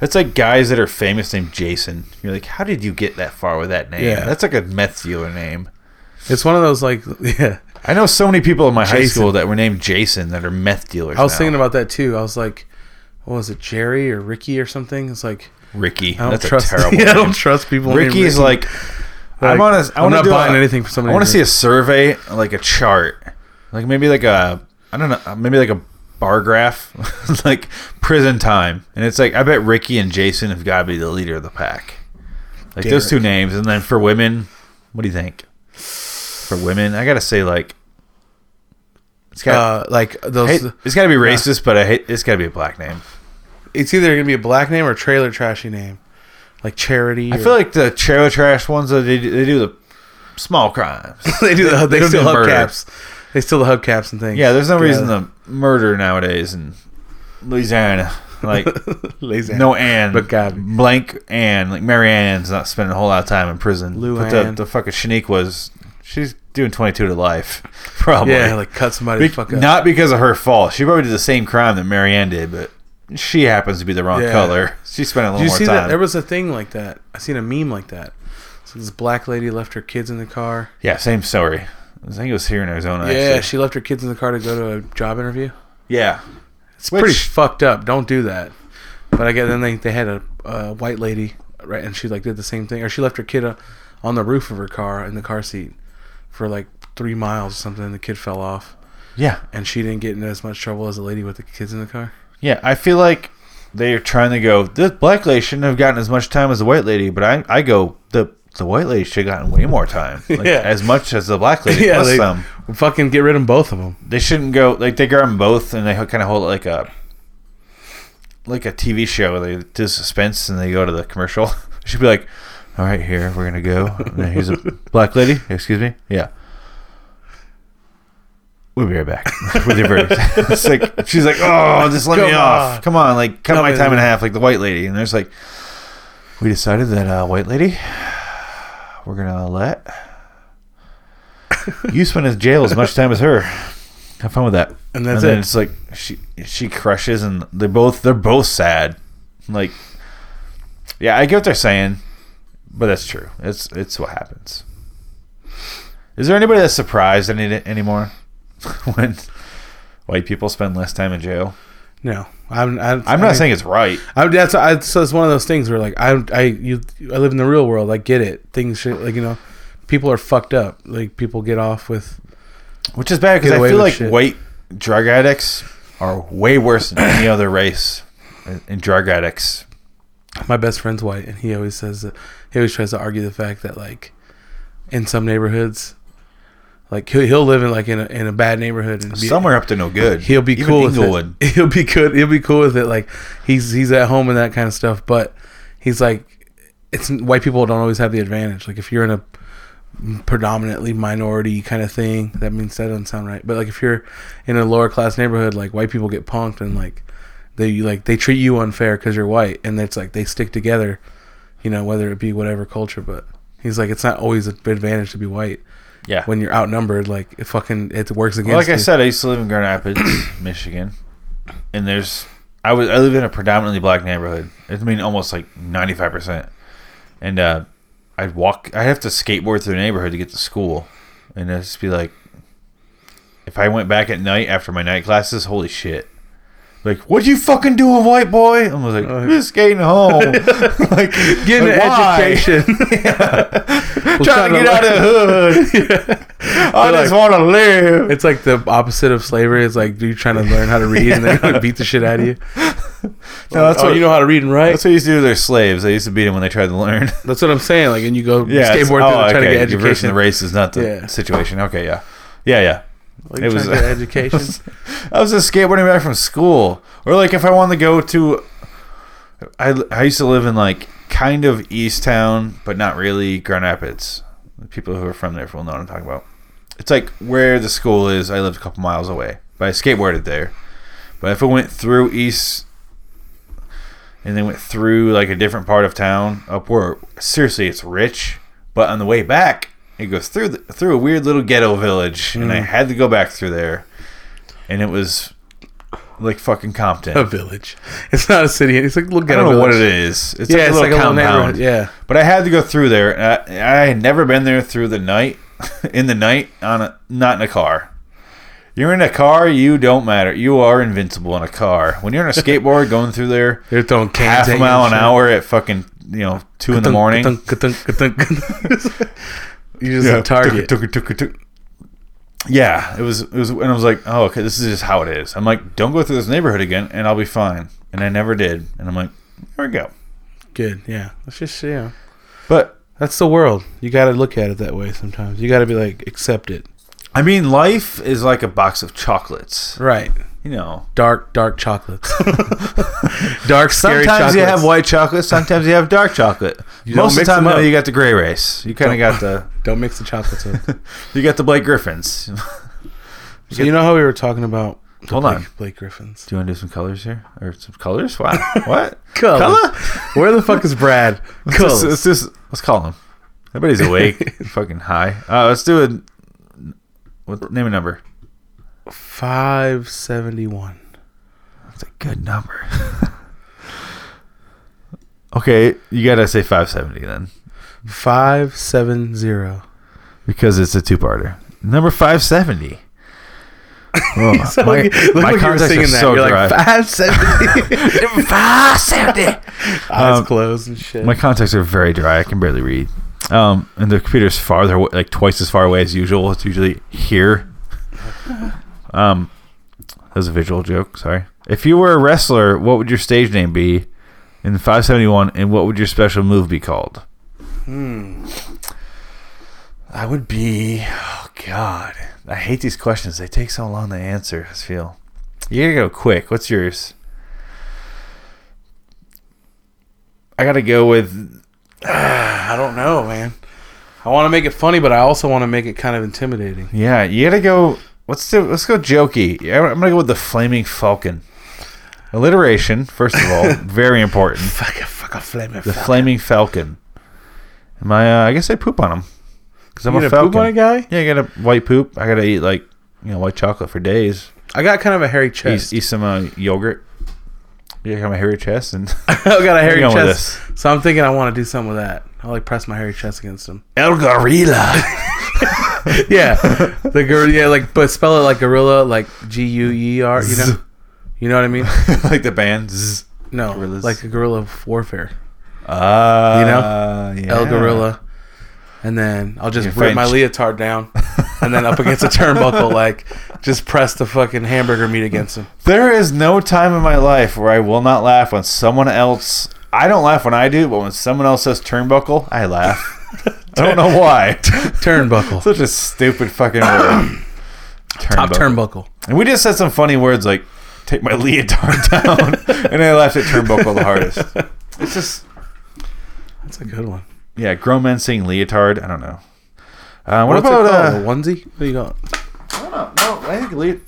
Speaker 2: That's like guys that are famous named Jason. You're like, how did you get that far with that name?
Speaker 3: Yeah.
Speaker 2: That's like a meth dealer name.
Speaker 3: It's one of those like yeah.
Speaker 2: I know so many people in my high
Speaker 3: Jason.
Speaker 2: school that were named Jason that are meth dealers.
Speaker 3: I was
Speaker 2: now.
Speaker 3: thinking about that too. I was like, what was it, Jerry or Ricky or something? It's like
Speaker 2: Ricky.
Speaker 3: I don't
Speaker 2: That's
Speaker 3: trust.
Speaker 2: a terrible.
Speaker 3: yeah, I
Speaker 2: name.
Speaker 3: don't trust people. named
Speaker 2: Ricky is
Speaker 3: Ricky.
Speaker 2: like, I'm on a, I
Speaker 3: I'm
Speaker 2: wanna
Speaker 3: not
Speaker 2: do
Speaker 3: buying
Speaker 2: a-
Speaker 3: anything for somebody.
Speaker 2: I want to
Speaker 3: named
Speaker 2: see a
Speaker 3: Ricky.
Speaker 2: survey, like a chart, like maybe like a I don't know, uh, maybe like a bar graph, like prison time, and it's like I bet Ricky and Jason have got to be the leader of the pack, like those
Speaker 3: Derek.
Speaker 2: two names, and then for women, what do you think? For women, I gotta say like it's got.
Speaker 3: uh, like those.
Speaker 2: it's got to be racist, but I hate, it's got to be a black name.
Speaker 3: it's either gonna be a black name or a trailer trashy name, like charity.
Speaker 2: I feel like the trailer trash ones that they do, they do the small crimes.
Speaker 3: they do. The, they,
Speaker 2: don't
Speaker 3: still
Speaker 2: do
Speaker 3: have
Speaker 2: murder.
Speaker 3: caps. They still have hubcaps and things.
Speaker 2: Yeah, there's no
Speaker 3: Yeah.
Speaker 2: reason to murder nowadays in Louisiana. Like
Speaker 3: Lazy.
Speaker 2: no Ann,
Speaker 3: But God.
Speaker 2: blank Ann, like Mary Ann's not spending a whole lot of time in prison.
Speaker 3: Lou
Speaker 2: but
Speaker 3: Ann.
Speaker 2: the, the fucking Shanique was she's doing 22 to life, probably.
Speaker 3: Yeah, like cut somebody
Speaker 2: Be-
Speaker 3: the fuck up.
Speaker 2: not because of her fault. She probably did the same crime that Mary Ann did, but she happens to be the wrong
Speaker 3: Yeah.
Speaker 2: color. She spent a little
Speaker 3: Did you
Speaker 2: more
Speaker 3: see
Speaker 2: time.
Speaker 3: that? There was a thing like that. I seen a meme like that. So this black lady left her kids in the car.
Speaker 2: yeah, same story. I think it was here in Arizona.
Speaker 3: Yeah,
Speaker 2: actually.
Speaker 3: she left her kids in the car to go to a job interview.
Speaker 2: yeah.
Speaker 3: It's
Speaker 2: Which-
Speaker 3: pretty fucked up. Don't do that. But I guess then they, they had a, a white lady, right? And she like did the same thing, or she left her kid uh, on the roof of her car in the car seat for like three miles or something. And the kid fell off,
Speaker 2: Yeah,
Speaker 3: and she didn't get into as much trouble as the lady with the kids in the car.
Speaker 2: Yeah, I feel like they are trying to go. This black lady shouldn't have gotten as much time as the white lady, but I, I go the the white lady should have gotten way more time, like,
Speaker 3: Yeah.
Speaker 2: as much as the black lady
Speaker 3: yeah,
Speaker 2: plus
Speaker 3: they,
Speaker 2: some.
Speaker 3: fucking get rid of both of them.
Speaker 2: They shouldn't go like they grab them both and they kind of hold it like a like a TV show. They do suspense and they go to the commercial. It should be like, all right, here we're gonna go. And then here's a black lady. Excuse me. Yeah. We'll be right back with your verdict. it's like she's like, oh, just let me
Speaker 3: Come
Speaker 2: off.
Speaker 3: on.
Speaker 2: Come on, like cut
Speaker 3: Come
Speaker 2: my
Speaker 3: in.
Speaker 2: time in half, like the white lady. And there's like, we decided that uh, white lady, we're gonna let you spend in jail as much time as her. Have fun with that.
Speaker 3: And that's
Speaker 2: then
Speaker 3: it.
Speaker 2: It's like she she crushes, and they both they're both sad. Like, yeah, I get what they're saying, but that's true. It's it's what happens. Is there anybody that's surprised any anymore when white people spend less time in jail?
Speaker 3: No, I'm. I,
Speaker 2: I'm not saying it's right.
Speaker 3: I, that's I, so it's one of those things where like I I you I live in the real world. I get it. Things should, like you know, people are fucked up. Like people get off with
Speaker 2: Which is bad because
Speaker 3: Get
Speaker 2: I
Speaker 3: away
Speaker 2: feel
Speaker 3: with
Speaker 2: like
Speaker 3: shit.
Speaker 2: white drug addicts are way worse than any other race in- in drug addicts.
Speaker 3: my best friend's white, and he always says that he always tries to argue the fact that like in some neighborhoods, like he'll, he'll live in like in a, in a bad neighborhood and be,
Speaker 2: Somewhere up to no good.
Speaker 3: He'll be
Speaker 2: Even
Speaker 3: cool
Speaker 2: Inglewood.
Speaker 3: with it. He'll be good. He'll be cool with it. Like he's he's at home and that kind of stuff. But he's like, it's white people don't always have the advantage. Like if you're in a predominantly minority kind of thing, that means that doesn't sound right. But like if you're in a lower class neighborhood, like white people get punked and like they like they treat you unfair because you're white, and it's like they stick together, you know, whether it be whatever culture. But he's like, it's not always an advantage to be white
Speaker 2: Yeah.
Speaker 3: when you're outnumbered. Like it fucking it works against.
Speaker 2: Well, like I
Speaker 3: you.
Speaker 2: said, I used to live in Grand Rapids, Michigan, and there's I was I live in a predominantly black neighborhood. I mean, almost like ninety five percent. And uh, I'd walk. I'd have to skateboard through the neighborhood to get to school, and it'd just be like, if I went back at night after my night classes, holy shit, Like, what you fucking doing, white boy? I was like,
Speaker 3: Uh,
Speaker 2: just skating home. like,
Speaker 3: Getting
Speaker 2: like,
Speaker 3: an
Speaker 2: why?
Speaker 3: education.
Speaker 2: Trying to get out of the hood. I
Speaker 3: They're
Speaker 2: just
Speaker 3: like-
Speaker 2: want to live.
Speaker 3: It's like the opposite of slavery. It's like you trying to learn how to read and they're going to beat the shit out of you.
Speaker 2: No, that's
Speaker 3: oh,
Speaker 2: what
Speaker 3: you know how to read and write.
Speaker 2: That's what they used to do to their slaves. They used to beat them when they tried to learn.
Speaker 3: That's what I'm saying. Like, and you go skateboard
Speaker 2: it's-
Speaker 3: through
Speaker 2: oh,
Speaker 3: trying to
Speaker 2: okay.
Speaker 3: get
Speaker 2: Reversing the
Speaker 3: education.
Speaker 2: race is not the
Speaker 3: Yeah.
Speaker 2: situation. Okay, yeah, yeah, yeah.
Speaker 3: Like,
Speaker 2: It
Speaker 3: trying
Speaker 2: was-
Speaker 3: to get education.
Speaker 2: I was just skateboarding back from school, or like if I wanted to go to, I I used to live in like kind of East Town, but not really Grand Rapids. People who are from there will know what I'm talking about. It's like where the school is. I lived a couple miles away, but I skateboarded there. But if I went through East, and then went through like a different part of town up where seriously it's rich, but on the way back it goes through the, through a weird little ghetto village, and
Speaker 3: Mm.
Speaker 2: I had to go back through there and it was like fucking Compton.
Speaker 3: a village. It's not a city. It's like look
Speaker 2: I
Speaker 3: at
Speaker 2: don't know
Speaker 3: a
Speaker 2: what
Speaker 3: village.
Speaker 2: it is. It's
Speaker 3: Yeah,
Speaker 2: like a little
Speaker 3: it's like a little
Speaker 2: compound.
Speaker 3: neighborhood. Yeah.
Speaker 2: But I had to go through there. and I, I had never been there through the night, in the night on a, not in a car. You're in a car, you don't matter. You are invincible in a car. When you're on a skateboard going through there,
Speaker 3: They're throwing
Speaker 2: half
Speaker 3: cans at you
Speaker 2: a
Speaker 3: and
Speaker 2: mile an
Speaker 3: shit.
Speaker 2: hour at fucking you know two in the
Speaker 3: Ka-thunk,
Speaker 2: morning.
Speaker 3: ka-thunk, ka-thunk, ka-thunk. You're just a target.
Speaker 2: Tuk- tuk- tuk- tuk- Yeah, it was it was and I was like, oh okay, this is just how it is. I'm like, don't go through this neighborhood again, and I'll be fine. And I never did. And I'm like, there we go.
Speaker 3: Good. Yeah. That's just yeah.
Speaker 2: But
Speaker 3: That's the world. You got to look at it that way sometimes. You got to be like accept it.
Speaker 2: I mean, life is like a box of chocolates.
Speaker 3: Right.
Speaker 2: You know,
Speaker 3: Dark dark chocolates. dark scary
Speaker 2: sometimes
Speaker 3: chocolates.
Speaker 2: you have white chocolate, sometimes you have dark chocolate.
Speaker 3: don't
Speaker 2: Most of
Speaker 3: mix
Speaker 2: the time,
Speaker 3: them up.
Speaker 2: though, you got the gray race. You kind of got the
Speaker 3: Don't mix the chocolates up.
Speaker 2: you got the Blake Griffins. do
Speaker 3: so you know how we were talking about the
Speaker 2: Hold
Speaker 3: Blake,
Speaker 2: on.
Speaker 3: Blake Griffins.
Speaker 2: you want to do some colors here or some colors? Wow, what?
Speaker 3: Color.
Speaker 2: Color?
Speaker 3: Where the fuck is Brad?
Speaker 2: Let's
Speaker 3: Colors.
Speaker 2: just, let's just let's call him. Everybody's awake, fucking high. Uh, let's do a what name a number.
Speaker 3: 571.
Speaker 2: That's a good number. okay, you gotta say five seventy then,
Speaker 3: 570.
Speaker 2: because it's a two-parter. Number five seventy. Oh,
Speaker 3: So
Speaker 2: my
Speaker 3: look, look
Speaker 2: my
Speaker 3: like you were
Speaker 2: contacts are
Speaker 3: singing that.
Speaker 2: so
Speaker 3: You're
Speaker 2: dry.
Speaker 3: like 570.
Speaker 2: five seventy.
Speaker 3: Eyes
Speaker 2: Um,
Speaker 3: closed and shit.
Speaker 2: My contacts are very dry. I can barely read. Um, and the computer's farther, away- like twice as far away as usual. It's usually here. Um, that was a visual joke. Sorry. If you were a wrestler, what would your stage name be in 571, and what would your special move be called? Hmm. I would be. Oh God, I hate these questions. They take so long to answer. I just feel. You gotta go quick. What's yours? I gotta go with
Speaker 3: I don't know, man. I want to make it funny, but I also want to make it kind of intimidating.
Speaker 2: Yeah, you gotta go. Let's do. Let's go jokey. Yeah, I'm gonna go with the flaming falcon. Alliteration, first of all, very important.
Speaker 3: Fuck a fuck a flame.
Speaker 2: The flaming falcon. Am I? Uh, I guess I poop on him because I'm a falcon.
Speaker 3: poop on a guy?
Speaker 2: Yeah, I got a white poop. I gotta eat like you know white chocolate for days.
Speaker 3: I got kind of a hairy chest.
Speaker 2: Eat, eat some uh, yogurt. Yeah, I got my hairy chest and
Speaker 3: I got a hairy
Speaker 2: going with
Speaker 3: chest. So I'm thinking I want to do something with that. I'll like press my hairy chest against him.
Speaker 2: El Gorilla.
Speaker 3: Yeah. the girl, yeah, like, but spell it like gorilla, like G U E R, you know? You know what I mean?
Speaker 2: like the band. Zzz.
Speaker 3: No.
Speaker 2: Gorillas.
Speaker 3: Like a gorilla warfare.
Speaker 2: Uh, you know,
Speaker 3: El Gorilla. And then I'll just
Speaker 2: In
Speaker 3: rip
Speaker 2: French.
Speaker 3: my leotard down and then up against a turnbuckle, like just press the fucking hamburger meat against him.
Speaker 2: There is no time in my life where I will not laugh when someone else. I don't laugh when I do, but when someone else says turnbuckle, I laugh. I don't know why.
Speaker 3: Turnbuckle.
Speaker 2: Such a stupid fucking word.
Speaker 3: Top
Speaker 2: Turnbuckle.
Speaker 3: turnbuckle.
Speaker 2: And we just said some funny words like "take my leotard down," and I laughed at turnbuckle the hardest. It's just
Speaker 3: That's a good one.
Speaker 2: yeah, grown men saying leotard. I don't know. Uh, what
Speaker 3: What's
Speaker 2: about
Speaker 3: it called?
Speaker 2: uh,
Speaker 3: a onesie? What do you got?
Speaker 2: No, no, I think lead.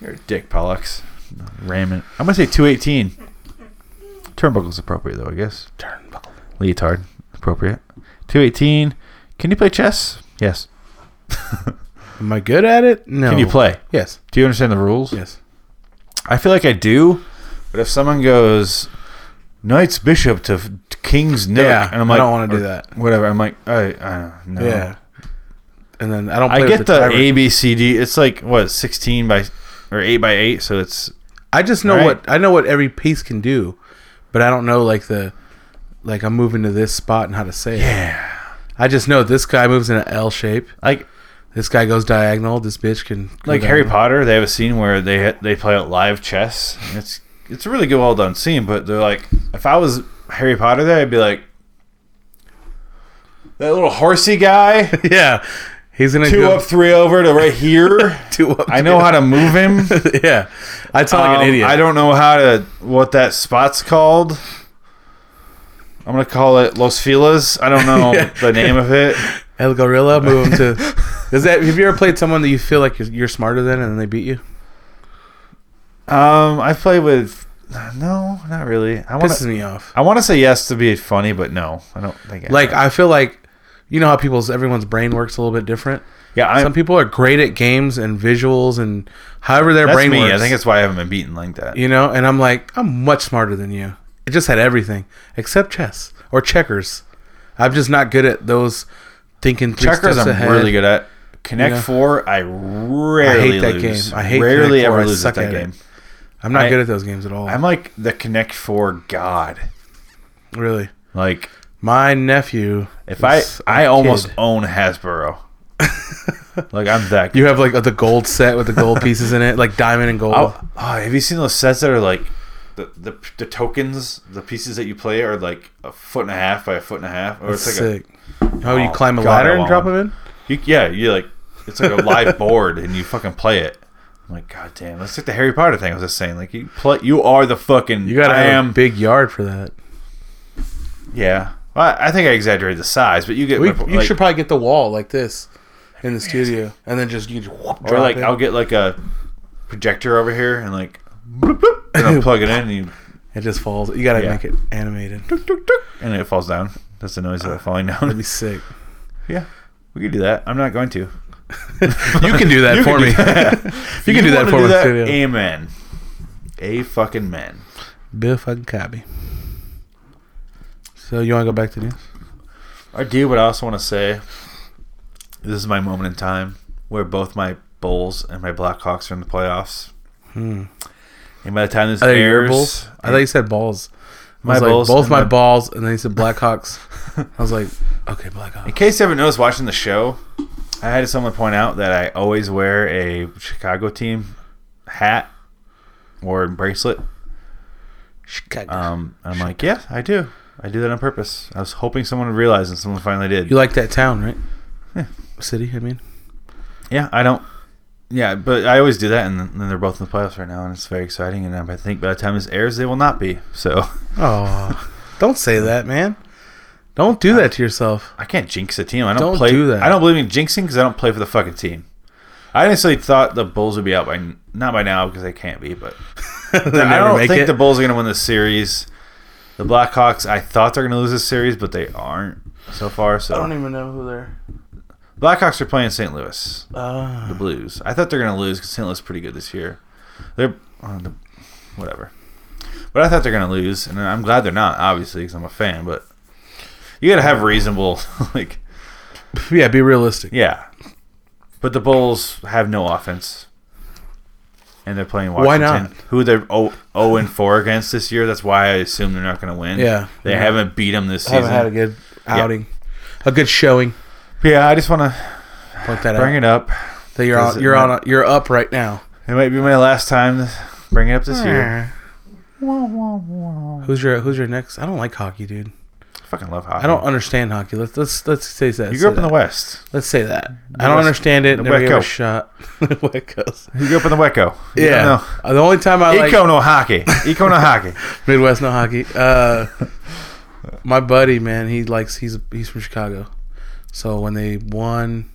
Speaker 2: You're a dick, Pollux. Raymond. I'm gonna say 218. Turnbuckle's appropriate though, I guess.
Speaker 3: Turnbuckle.
Speaker 2: Leotard, appropriate. 218. Can you play chess? Yes.
Speaker 3: Am I good at it? No.
Speaker 2: Can you play?
Speaker 3: Yes.
Speaker 2: Do you understand the rules?
Speaker 3: Yes.
Speaker 2: I feel like I do, but if someone goes knight's bishop to f- king's nook,
Speaker 3: Yeah,
Speaker 2: and I'm
Speaker 3: I
Speaker 2: like,
Speaker 3: don't wanna do
Speaker 2: or
Speaker 3: that.
Speaker 2: Whatever. I'm like, I, I no.
Speaker 3: Yeah. And then I don't. Play
Speaker 2: Oh. I
Speaker 3: with
Speaker 2: get the
Speaker 3: timer.
Speaker 2: A B C D. It's like what 16 by or 8 by 8, so it's
Speaker 3: I just know
Speaker 2: Right.
Speaker 3: what I know what every piece can do, but I don't know like the like I'm moving to this spot and how to say it.
Speaker 2: Yeah.
Speaker 3: I just know this guy moves in an L shape.
Speaker 2: Like
Speaker 3: This guy goes diagonal. This bitch can go
Speaker 2: like Harry
Speaker 3: diagonal.
Speaker 2: Potter, they have a scene where they they play out live chess. And it's it's a really good, well done scene. But they're like, if I was Harry Potter, there, I'd be like, that little horsey guy,
Speaker 3: Yeah, he's gonna
Speaker 2: two
Speaker 3: go
Speaker 2: up, three over to right here.
Speaker 3: two up.
Speaker 2: I know how to move him.
Speaker 3: yeah, I sound like
Speaker 2: Um,
Speaker 3: an idiot.
Speaker 2: I don't know how to what that spot's called. I'm gonna call it Los Feliz. I don't know the name of it.
Speaker 3: El Gorilla, move him to. Does that? Have you ever played someone that you feel like you're, you're smarter than, and then they beat you?
Speaker 2: Um, I play with no, not really. I want
Speaker 3: Pisses
Speaker 2: to.
Speaker 3: me off.
Speaker 2: I want to say yes to be funny, but no, I don't think. I
Speaker 3: Like I feel like, you know how people's everyone's brain works a little bit different.
Speaker 2: yeah, I'm,
Speaker 3: Some people are great at games and visuals and however their
Speaker 2: that's
Speaker 3: brain
Speaker 2: me.
Speaker 3: works.
Speaker 2: I think it's why I haven't been beaten like that.
Speaker 3: you know, and I'm like I'm much smarter than you. It just had everything except chess or checkers. I'm just not good at those thinking three
Speaker 2: Checkers,
Speaker 3: steps
Speaker 2: I'm
Speaker 3: ahead.
Speaker 2: really good at. Connect
Speaker 3: You know?
Speaker 2: Four, I rarely
Speaker 3: I hate that
Speaker 2: lose.
Speaker 3: game. I hate
Speaker 2: rarely
Speaker 3: Connect Four.
Speaker 2: ever
Speaker 3: I
Speaker 2: lose
Speaker 3: suck
Speaker 2: at that
Speaker 3: at it.
Speaker 2: game.
Speaker 3: I'm not
Speaker 2: I-
Speaker 3: good at those games at all.
Speaker 2: I'm like the Connect Four god.
Speaker 3: really.
Speaker 2: Like
Speaker 3: My nephew.
Speaker 2: If I
Speaker 3: is a
Speaker 2: I almost
Speaker 3: kid.
Speaker 2: own Hasbro. like I'm that.
Speaker 3: You have like the gold set with the gold pieces in it, like diamond and gold.
Speaker 2: I'll- oh, have you seen those sets that are like the, the the tokens, the pieces that you play are like a foot and a half by a foot and a half, or it's like
Speaker 3: Sick. How you
Speaker 2: Oh,
Speaker 3: climb a
Speaker 2: God, I
Speaker 3: ladder and
Speaker 2: want
Speaker 3: drop them
Speaker 2: one.
Speaker 3: in?
Speaker 2: a you, yeah, you like it's like a live board and you fucking play it. I'm like, god damn, that's like the Harry Potter thing I was just saying. Like you play, you are the fucking.
Speaker 3: You gotta
Speaker 2: I
Speaker 3: have
Speaker 2: am.
Speaker 3: a big yard for that.
Speaker 2: yeah, well, I I think I exaggerated the size, but you get.
Speaker 3: We,
Speaker 2: my po-
Speaker 3: you
Speaker 2: like-
Speaker 3: should probably get the wall like this in the studio, and then just you just whoop,
Speaker 2: or
Speaker 3: drop
Speaker 2: like
Speaker 3: it.
Speaker 2: I'll get like a projector over here and like, bloop, bloop, and I'll plug it in and you
Speaker 3: it just falls. You gotta
Speaker 2: Yeah.
Speaker 3: make it animated. That'd
Speaker 2: and it falls down. That's the noise of it falling
Speaker 3: be
Speaker 2: down.
Speaker 3: sick.
Speaker 2: yeah, we could do that. I'm not going to. You
Speaker 3: You can do that for
Speaker 2: can
Speaker 3: me.
Speaker 2: do that.
Speaker 3: You can do
Speaker 2: wanna
Speaker 3: that for me in the studio.
Speaker 2: Amen. A fucking man.
Speaker 3: Bill fucking Cosby. So you wanna go back to news?
Speaker 2: I do, but I also want to say this is my moment in time where both my Bulls and my Blackhawks are in the playoffs. And by the time this
Speaker 3: Hmm. Are they your
Speaker 2: airs,
Speaker 3: balls? I thought you said balls. I
Speaker 2: My
Speaker 3: was like,
Speaker 2: balls
Speaker 3: both
Speaker 2: and
Speaker 3: my
Speaker 2: my-
Speaker 3: balls, and then he said Blackhawks. I was like, okay, Blackhawks.
Speaker 2: in case you haven't noticed watching the show, I had someone point out that I always wear a Chicago team hat or bracelet Um, and I'm like, yeah, I do. I do that on purpose. I was hoping someone would realize, and someone finally did.
Speaker 3: You like that town, right? City, I mean.
Speaker 2: yeah, I don't. Yeah, but I always do that, and then they're both in the playoffs right now, and it's very exciting. And I think by the time this airs, they will not be. So
Speaker 3: Oh, don't say that, man. Don't do that to yourself.
Speaker 2: I can't jinx a team. I don't,
Speaker 3: Don't
Speaker 2: play.
Speaker 3: do that.
Speaker 2: I don't believe in jinxing because I don't play for the fucking team. I honestly thought the Bulls would be out by not by now because they can't be, but
Speaker 3: they
Speaker 2: I
Speaker 3: never
Speaker 2: don't
Speaker 3: make
Speaker 2: think
Speaker 3: it.
Speaker 2: the Bulls are going to win this series. The Blackhawks, I thought they're going to lose this series, but they aren't so far. So
Speaker 3: I don't even know who they're.
Speaker 2: Blackhawks are playing St. Louis. the
Speaker 3: Uh,
Speaker 2: Blues. I thought they're gonna lose because St. Louis is pretty good this year. They're on the whatever, but I thought they're gonna lose, and I'm glad they're not, obviously, because I'm a fan. But you gotta have reasonable, like,
Speaker 3: yeah, be realistic.
Speaker 2: yeah. But the Bulls have no offense, and they're playing
Speaker 3: Why
Speaker 2: Washington,
Speaker 3: not?
Speaker 2: who they're 0 and four against this year. That's why I assume they're not gonna win.
Speaker 3: Yeah.
Speaker 2: they
Speaker 3: Yeah.
Speaker 2: haven't beat them this
Speaker 3: I haven't
Speaker 2: season.
Speaker 3: had a good outing, a good showing.
Speaker 2: But yeah, I just want to
Speaker 3: Point that
Speaker 2: bring
Speaker 3: out.
Speaker 2: it up.
Speaker 3: That you're
Speaker 2: Does
Speaker 3: on,
Speaker 2: it
Speaker 3: you're
Speaker 2: matter?
Speaker 3: on, a, you're up right now.
Speaker 2: It might be my last time to bring it up this year.
Speaker 3: Who's your Who's your next? I don't like hockey, dude.
Speaker 2: I fucking love hockey.
Speaker 3: I don't understand hockey. Let's let's let's say that.
Speaker 2: You grew
Speaker 3: say
Speaker 2: up in
Speaker 3: that.
Speaker 2: the West.
Speaker 3: Let's say that. I don't
Speaker 2: West-
Speaker 3: understand it.
Speaker 2: the
Speaker 3: Never gave it a
Speaker 2: West
Speaker 3: shot. West Coast.
Speaker 2: You grew up in the Waco. You don't
Speaker 3: Yeah.
Speaker 2: know.
Speaker 3: The only time I like
Speaker 2: Eco no hockey. Eco no hockey.
Speaker 3: Midwest no hockey. Uh, my buddy, man, he likes he's he's from Chicago. So when they won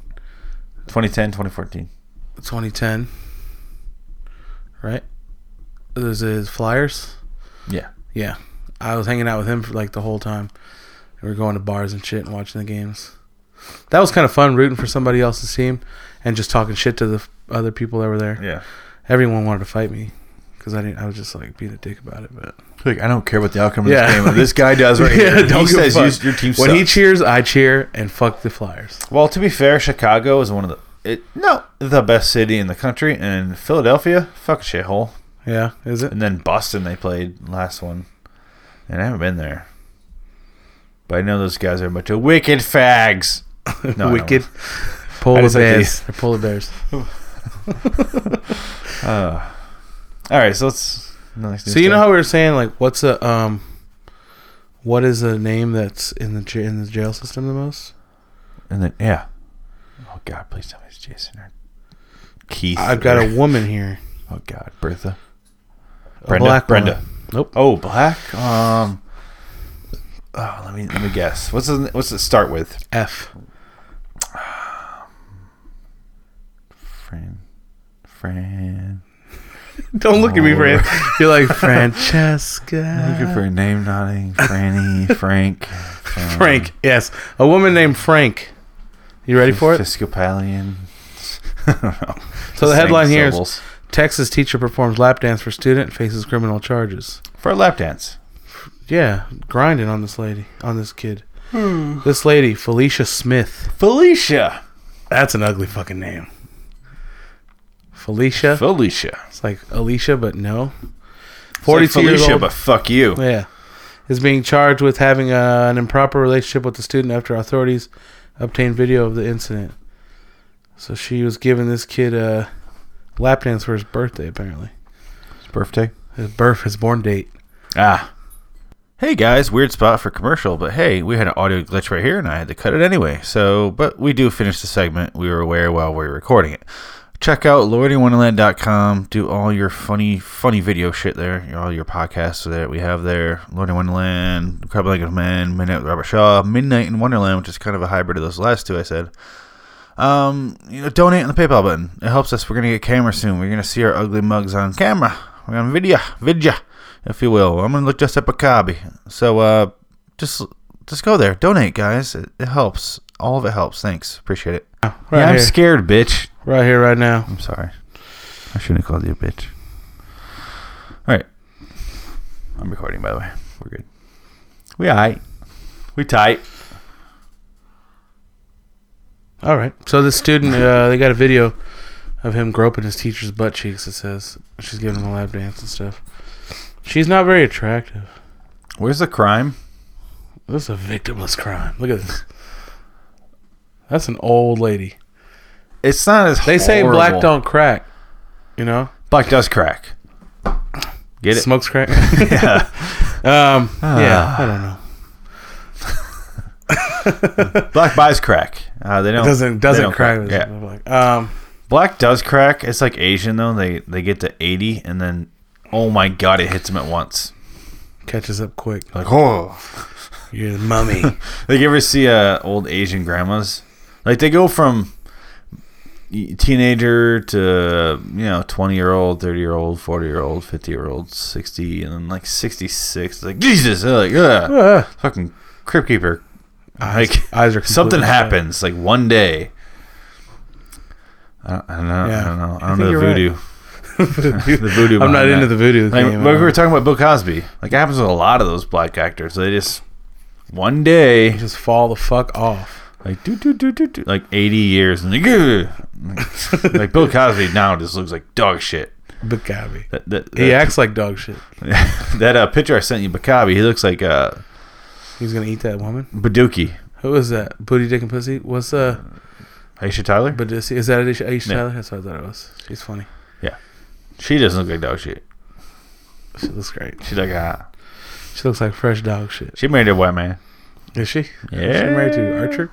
Speaker 2: 2010, 2014.
Speaker 3: 2010, right? Those is Flyers.
Speaker 2: Yeah.
Speaker 3: Yeah, I was hanging out with him for like the whole time. We were going to bars and shit and watching the games. That was kind of fun rooting for somebody else's team and just talking shit to the f- other people that were there.
Speaker 2: Yeah.
Speaker 3: Everyone wanted to fight me because I didn't. I was just like being a dick about it, but.
Speaker 2: Look, I don't care what the outcome of
Speaker 3: Yeah.
Speaker 2: this game. is. This guy does right
Speaker 3: Yeah,
Speaker 2: here.
Speaker 3: don't
Speaker 2: He
Speaker 3: give a
Speaker 2: says
Speaker 3: fuck.
Speaker 2: you, your team
Speaker 3: When
Speaker 2: sucks.
Speaker 3: he cheers, I cheer and fuck the Flyers.
Speaker 2: well, to be fair, Chicago is one of the it, no the best city in the country, and Philadelphia, fuck shithole.
Speaker 3: Yeah, is it?
Speaker 2: And then Boston they played last one. And I haven't been there. But I know those guys are a bunch of wicked fags. No, I
Speaker 3: Wicked
Speaker 2: don't. I
Speaker 3: polar
Speaker 2: just like the-
Speaker 3: bears. Or polar bears.
Speaker 2: Uh, All right, so let's. next
Speaker 3: So
Speaker 2: news
Speaker 3: you know
Speaker 2: story.
Speaker 3: how we were saying like, what's a um, what is a name that's in the j- in the jail system the most?
Speaker 2: And then yeah. Oh God! Please tell me it's Jason or Keith.
Speaker 3: I've got
Speaker 2: or-
Speaker 3: a woman here.
Speaker 2: Oh God, Bertha.
Speaker 3: A
Speaker 2: Brenda.
Speaker 3: black
Speaker 2: Brenda.
Speaker 3: woman. Nope.
Speaker 2: Oh, black. Um. Oh, let me let me guess. What's the, what's it start with?
Speaker 3: F.
Speaker 2: Fran. Fran.
Speaker 3: Don't look at me, Fran.
Speaker 2: Oh.
Speaker 3: You're like Francesca.
Speaker 2: Looking for a name, nodding. Franny. Frank. um,
Speaker 3: Frank. Yes, a woman named Frank. You ready for it?
Speaker 2: Episcopalian. I don't know.
Speaker 3: So the
Speaker 2: Just
Speaker 3: headline
Speaker 2: saying
Speaker 3: here is-
Speaker 2: syllables.
Speaker 3: Texas teacher performs lap dance for student, faces criminal charges.
Speaker 2: for a lap dance.
Speaker 3: Yeah, grinding on this lady, on this kid. This lady, Felicia Smith.
Speaker 2: Felicia.
Speaker 3: That's an ugly fucking name. Felicia.
Speaker 2: Felicia.
Speaker 3: It's like Alicia, but no.
Speaker 2: Forty
Speaker 3: Forty-two years
Speaker 2: Felicia,
Speaker 3: old.
Speaker 2: but fuck you.
Speaker 3: yeah, is being charged with having uh an improper relationship with the student after authorities obtained video of the incident. So she was giving this kid a lap dance for his birthday, apparently.
Speaker 2: It's birthday.
Speaker 3: His birth, his born date.
Speaker 2: Ah. Hey guys, weird spot for commercial, but hey, we had an audio glitch right here and I had to cut it anyway. So, but we do finish the segment we were aware while we were recording it. Check out lordinwonderland.com. Do all your funny, funny video shit there. All your podcasts that we have there. Lord in Wonderland, Crab Leg of Man, Midnight with Robert Shaw, Midnight in Wonderland, which is kind of a hybrid of those last two I said. Um, you know, donate on the PayPal button. It helps us. We're gonna get camera soon. We're gonna see our ugly mugs on camera. We're on video, video, if you will. I'm gonna look just up a copy. So, uh, just just go there. Donate, guys. It, it helps. All of it helps. Thanks. Appreciate it.
Speaker 3: Right
Speaker 2: yeah, I'm
Speaker 3: here,
Speaker 2: scared, bitch.
Speaker 3: right here, right now.
Speaker 2: I'm sorry. I shouldn't have called you a bitch. All right. I'm recording, by the way. We're good. We aight. We tight.
Speaker 3: All right. So this student, uh, they got a video of him groping his teacher's butt cheeks. It says she's giving him a lap dance and stuff. She's not very attractive.
Speaker 2: Where's the crime?
Speaker 3: This is a victimless crime. Look at this. That's an old lady.
Speaker 2: It's not as
Speaker 3: They say black
Speaker 2: horrible.
Speaker 3: don't crack. You know,
Speaker 2: Black does crack. Get it?
Speaker 3: smokes crack.
Speaker 2: yeah.
Speaker 3: um, yeah,
Speaker 2: Ah.
Speaker 3: I don't know.
Speaker 2: Black buys crack. Uh, they don't.
Speaker 3: It doesn't
Speaker 2: they
Speaker 3: doesn't
Speaker 2: don't
Speaker 3: crack.
Speaker 2: Yeah.
Speaker 3: Um,
Speaker 2: Black does crack. It's like Asian though. They they get to eighty and then, oh my god, it hits them at once.
Speaker 3: catches up quick.
Speaker 2: Like oh.
Speaker 3: You're the mummy.
Speaker 2: Like you ever see uh, old Asian grandmas? Like they go from y- teenager to you know twenty year old, thirty year old, forty year old, fifty year old, sixty, and then like sixty six. Like Jesus, they're like yeah,
Speaker 3: Ah.
Speaker 2: fucking crib keeper.
Speaker 3: Eyes-
Speaker 2: Like
Speaker 3: eyes are
Speaker 2: something
Speaker 3: completely shut.
Speaker 2: happens like one day. I don't, I don't know.
Speaker 3: Yeah.
Speaker 2: I don't know.
Speaker 3: I
Speaker 2: I don't
Speaker 3: think
Speaker 2: know the
Speaker 3: you're right.
Speaker 2: voodoo. the voodoo.
Speaker 3: I'm not
Speaker 2: behind
Speaker 3: into
Speaker 2: that.
Speaker 3: the voodoo
Speaker 2: Like,
Speaker 3: thing.
Speaker 2: like
Speaker 3: uh,
Speaker 2: we were talking about Bill Cosby. Like it happens with a lot of those black actors. They just one day
Speaker 3: just fall the fuck off.
Speaker 2: like do do do do do like 80 years and like, "Ugh." like, like Bill Cosby now just looks like dog shit.
Speaker 3: Bakabi.
Speaker 2: That that,
Speaker 3: He
Speaker 2: that,
Speaker 3: acts like dog shit.
Speaker 2: that uh, picture I sent you, Bakabi, he looks like uh,
Speaker 3: He's gonna eat that woman.
Speaker 2: Baduki.
Speaker 3: Who is that? Booty, dick, and pussy. What's uh?
Speaker 2: Aisha Tyler.
Speaker 3: But is, is that Aisha, Aisha
Speaker 2: Yeah.
Speaker 3: Tyler? That's what I thought it was. She's funny.
Speaker 2: She doesn't look like dog shit.
Speaker 3: She looks great.
Speaker 2: She's like ah.
Speaker 3: She looks like fresh dog shit.
Speaker 2: She married a white man.
Speaker 3: Is she?
Speaker 2: Yeah.
Speaker 3: Is she married to Archer?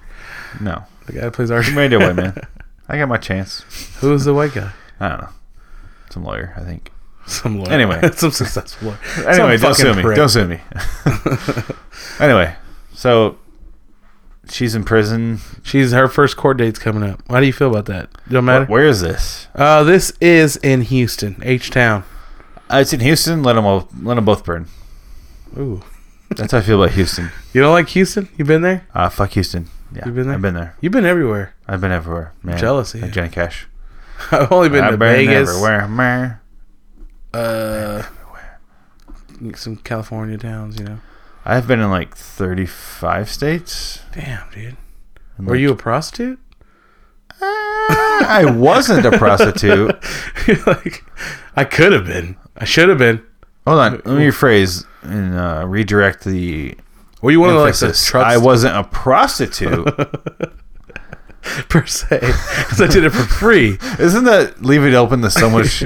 Speaker 2: No,
Speaker 3: The guy that plays
Speaker 2: she
Speaker 3: Archer.
Speaker 2: married a white man. I got my chance.
Speaker 3: Who is the white guy?
Speaker 2: I don't know. Some lawyer, I think.
Speaker 3: Some lawyer.
Speaker 2: Anyway.
Speaker 3: some successful lawyer.
Speaker 2: Anyway,
Speaker 3: Some
Speaker 2: don't
Speaker 3: fucking
Speaker 2: sue me.
Speaker 3: prick.
Speaker 2: Don't sue me. anyway, so she's in prison.
Speaker 3: She's her first court date's coming up. How do you feel about that? Don't matter.
Speaker 2: Where is this?
Speaker 3: Uh, this is in Houston, H Town.
Speaker 2: Uh, it's in Houston. Let them all, let them both burn.
Speaker 3: Ooh,
Speaker 2: That's how I feel about Houston.
Speaker 3: you don't like Houston? You been there?
Speaker 2: Uh, fuck Houston. Yeah,
Speaker 3: You been there?
Speaker 2: I've been there.
Speaker 3: You've been everywhere.
Speaker 2: I've been everywhere. Man.
Speaker 3: jealous of
Speaker 2: Like
Speaker 3: you.
Speaker 2: Johnny Cash.
Speaker 3: I've only been
Speaker 2: I've
Speaker 3: to
Speaker 2: been
Speaker 3: Vegas.
Speaker 2: everywhere. man.
Speaker 3: Uh, some California towns, you know.
Speaker 2: I've been in like 35 states.
Speaker 3: Damn, dude.
Speaker 2: And,
Speaker 3: Were
Speaker 2: like, Ah,
Speaker 3: you a prostitute?
Speaker 2: I wasn't a prostitute.
Speaker 3: You're like, I could have been. I should have been.
Speaker 2: Hold on. Let me rephrase and uh, redirect the
Speaker 3: Were you one of like the
Speaker 2: emphasis.
Speaker 3: trust
Speaker 2: I wasn't a prostitute.
Speaker 3: per se? 'Cause I did it for free.
Speaker 2: Isn't that leave it open to so much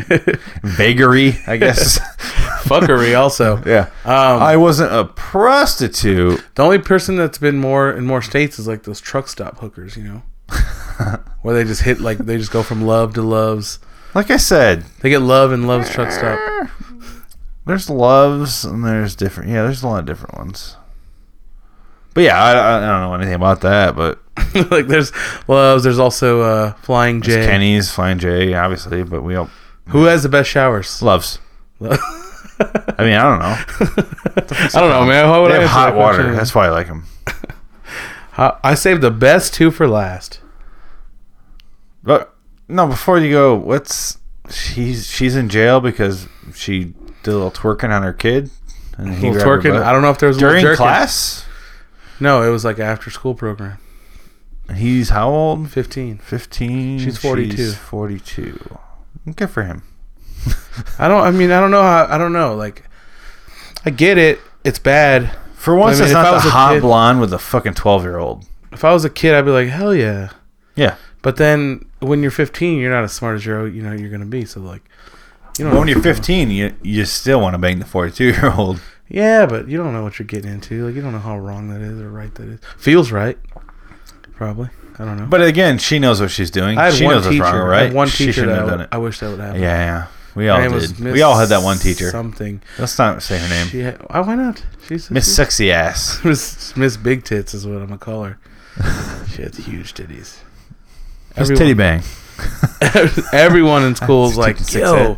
Speaker 2: vagary? I guess.
Speaker 3: Fuckery also.
Speaker 2: yeah.
Speaker 3: Um,
Speaker 2: I wasn't a prostitute.
Speaker 3: The only person that's been more in more states is like those truck stop hookers, you know, where they just hit like they just go from love to loves.
Speaker 2: Like I said,
Speaker 3: They get love and loves truck stop.
Speaker 2: there's loves and there's different. Yeah, there's a lot of different ones. But yeah, I, I don't know anything about that. But
Speaker 3: like there's loves. There's also uh, Flying
Speaker 2: it's
Speaker 3: J.
Speaker 2: Kenny's, Flying J, obviously. But we all
Speaker 3: Who has the best showers?
Speaker 2: loves. I mean, I don't know.
Speaker 3: I don't know, man. Why would
Speaker 2: They
Speaker 3: I
Speaker 2: have
Speaker 3: answer
Speaker 2: hot
Speaker 3: that
Speaker 2: water.
Speaker 3: question?
Speaker 2: That's why I like them.
Speaker 3: Hot- I saved the best two for last.
Speaker 2: But no, before you go, what's she's she's in jail because she did a little twerking on her kid. And he
Speaker 3: Little
Speaker 2: grabbed her
Speaker 3: twerking.
Speaker 2: butt.
Speaker 3: I don't know if there was a little
Speaker 2: during
Speaker 3: jerking.
Speaker 2: class.
Speaker 3: No, it was like after school program.
Speaker 2: And he's how old?
Speaker 3: Fifteen.
Speaker 2: Fifteen.
Speaker 3: She's 42.
Speaker 2: Forty-two. Good for him.
Speaker 3: I don't. I mean, I don't know how. I don't know. Like, I get it. It's bad.
Speaker 2: For once,
Speaker 3: mean,
Speaker 2: it's
Speaker 3: if I
Speaker 2: not
Speaker 3: was
Speaker 2: the
Speaker 3: a
Speaker 2: hot
Speaker 3: kid-
Speaker 2: blonde with a fucking twelve-year-old.
Speaker 3: If I was a kid, I'd be like, hell yeah.
Speaker 2: Yeah.
Speaker 3: But then when you're 15, you're not as smart as you're you know you're gonna be. So like, you don't.
Speaker 2: But when you're 15, you you still want to bang the 42-year-old.
Speaker 3: yeah, but you don't know what you're getting into. Like, you don't know how wrong that is or right that is. Feels right, probably. I don't know.
Speaker 2: But again, she knows what she's doing.
Speaker 3: I had
Speaker 2: she
Speaker 3: one
Speaker 2: knows
Speaker 3: teacher.
Speaker 2: what's wrong,
Speaker 3: I
Speaker 2: right?
Speaker 3: had one
Speaker 2: she
Speaker 3: teacher
Speaker 2: shouldn't
Speaker 3: that
Speaker 2: have
Speaker 3: I,
Speaker 2: done
Speaker 3: would-
Speaker 2: it.
Speaker 3: I wish that would
Speaker 2: Yeah,
Speaker 3: happen.
Speaker 2: yeah. We
Speaker 3: Her
Speaker 2: all
Speaker 3: name
Speaker 2: did.
Speaker 3: was Miss
Speaker 2: We all had that one teacher.
Speaker 3: Something.
Speaker 2: Let's not say her name.
Speaker 3: She had, oh, why not? She's
Speaker 2: Miss Sexy Ass.
Speaker 3: Miss Miss Big Tits is what I'm gonna call her. she has huge titties.
Speaker 2: Miss
Speaker 3: Everyone-
Speaker 2: Titty Bang.
Speaker 3: Everyone in school is like,
Speaker 2: Six
Speaker 3: yo,
Speaker 2: head.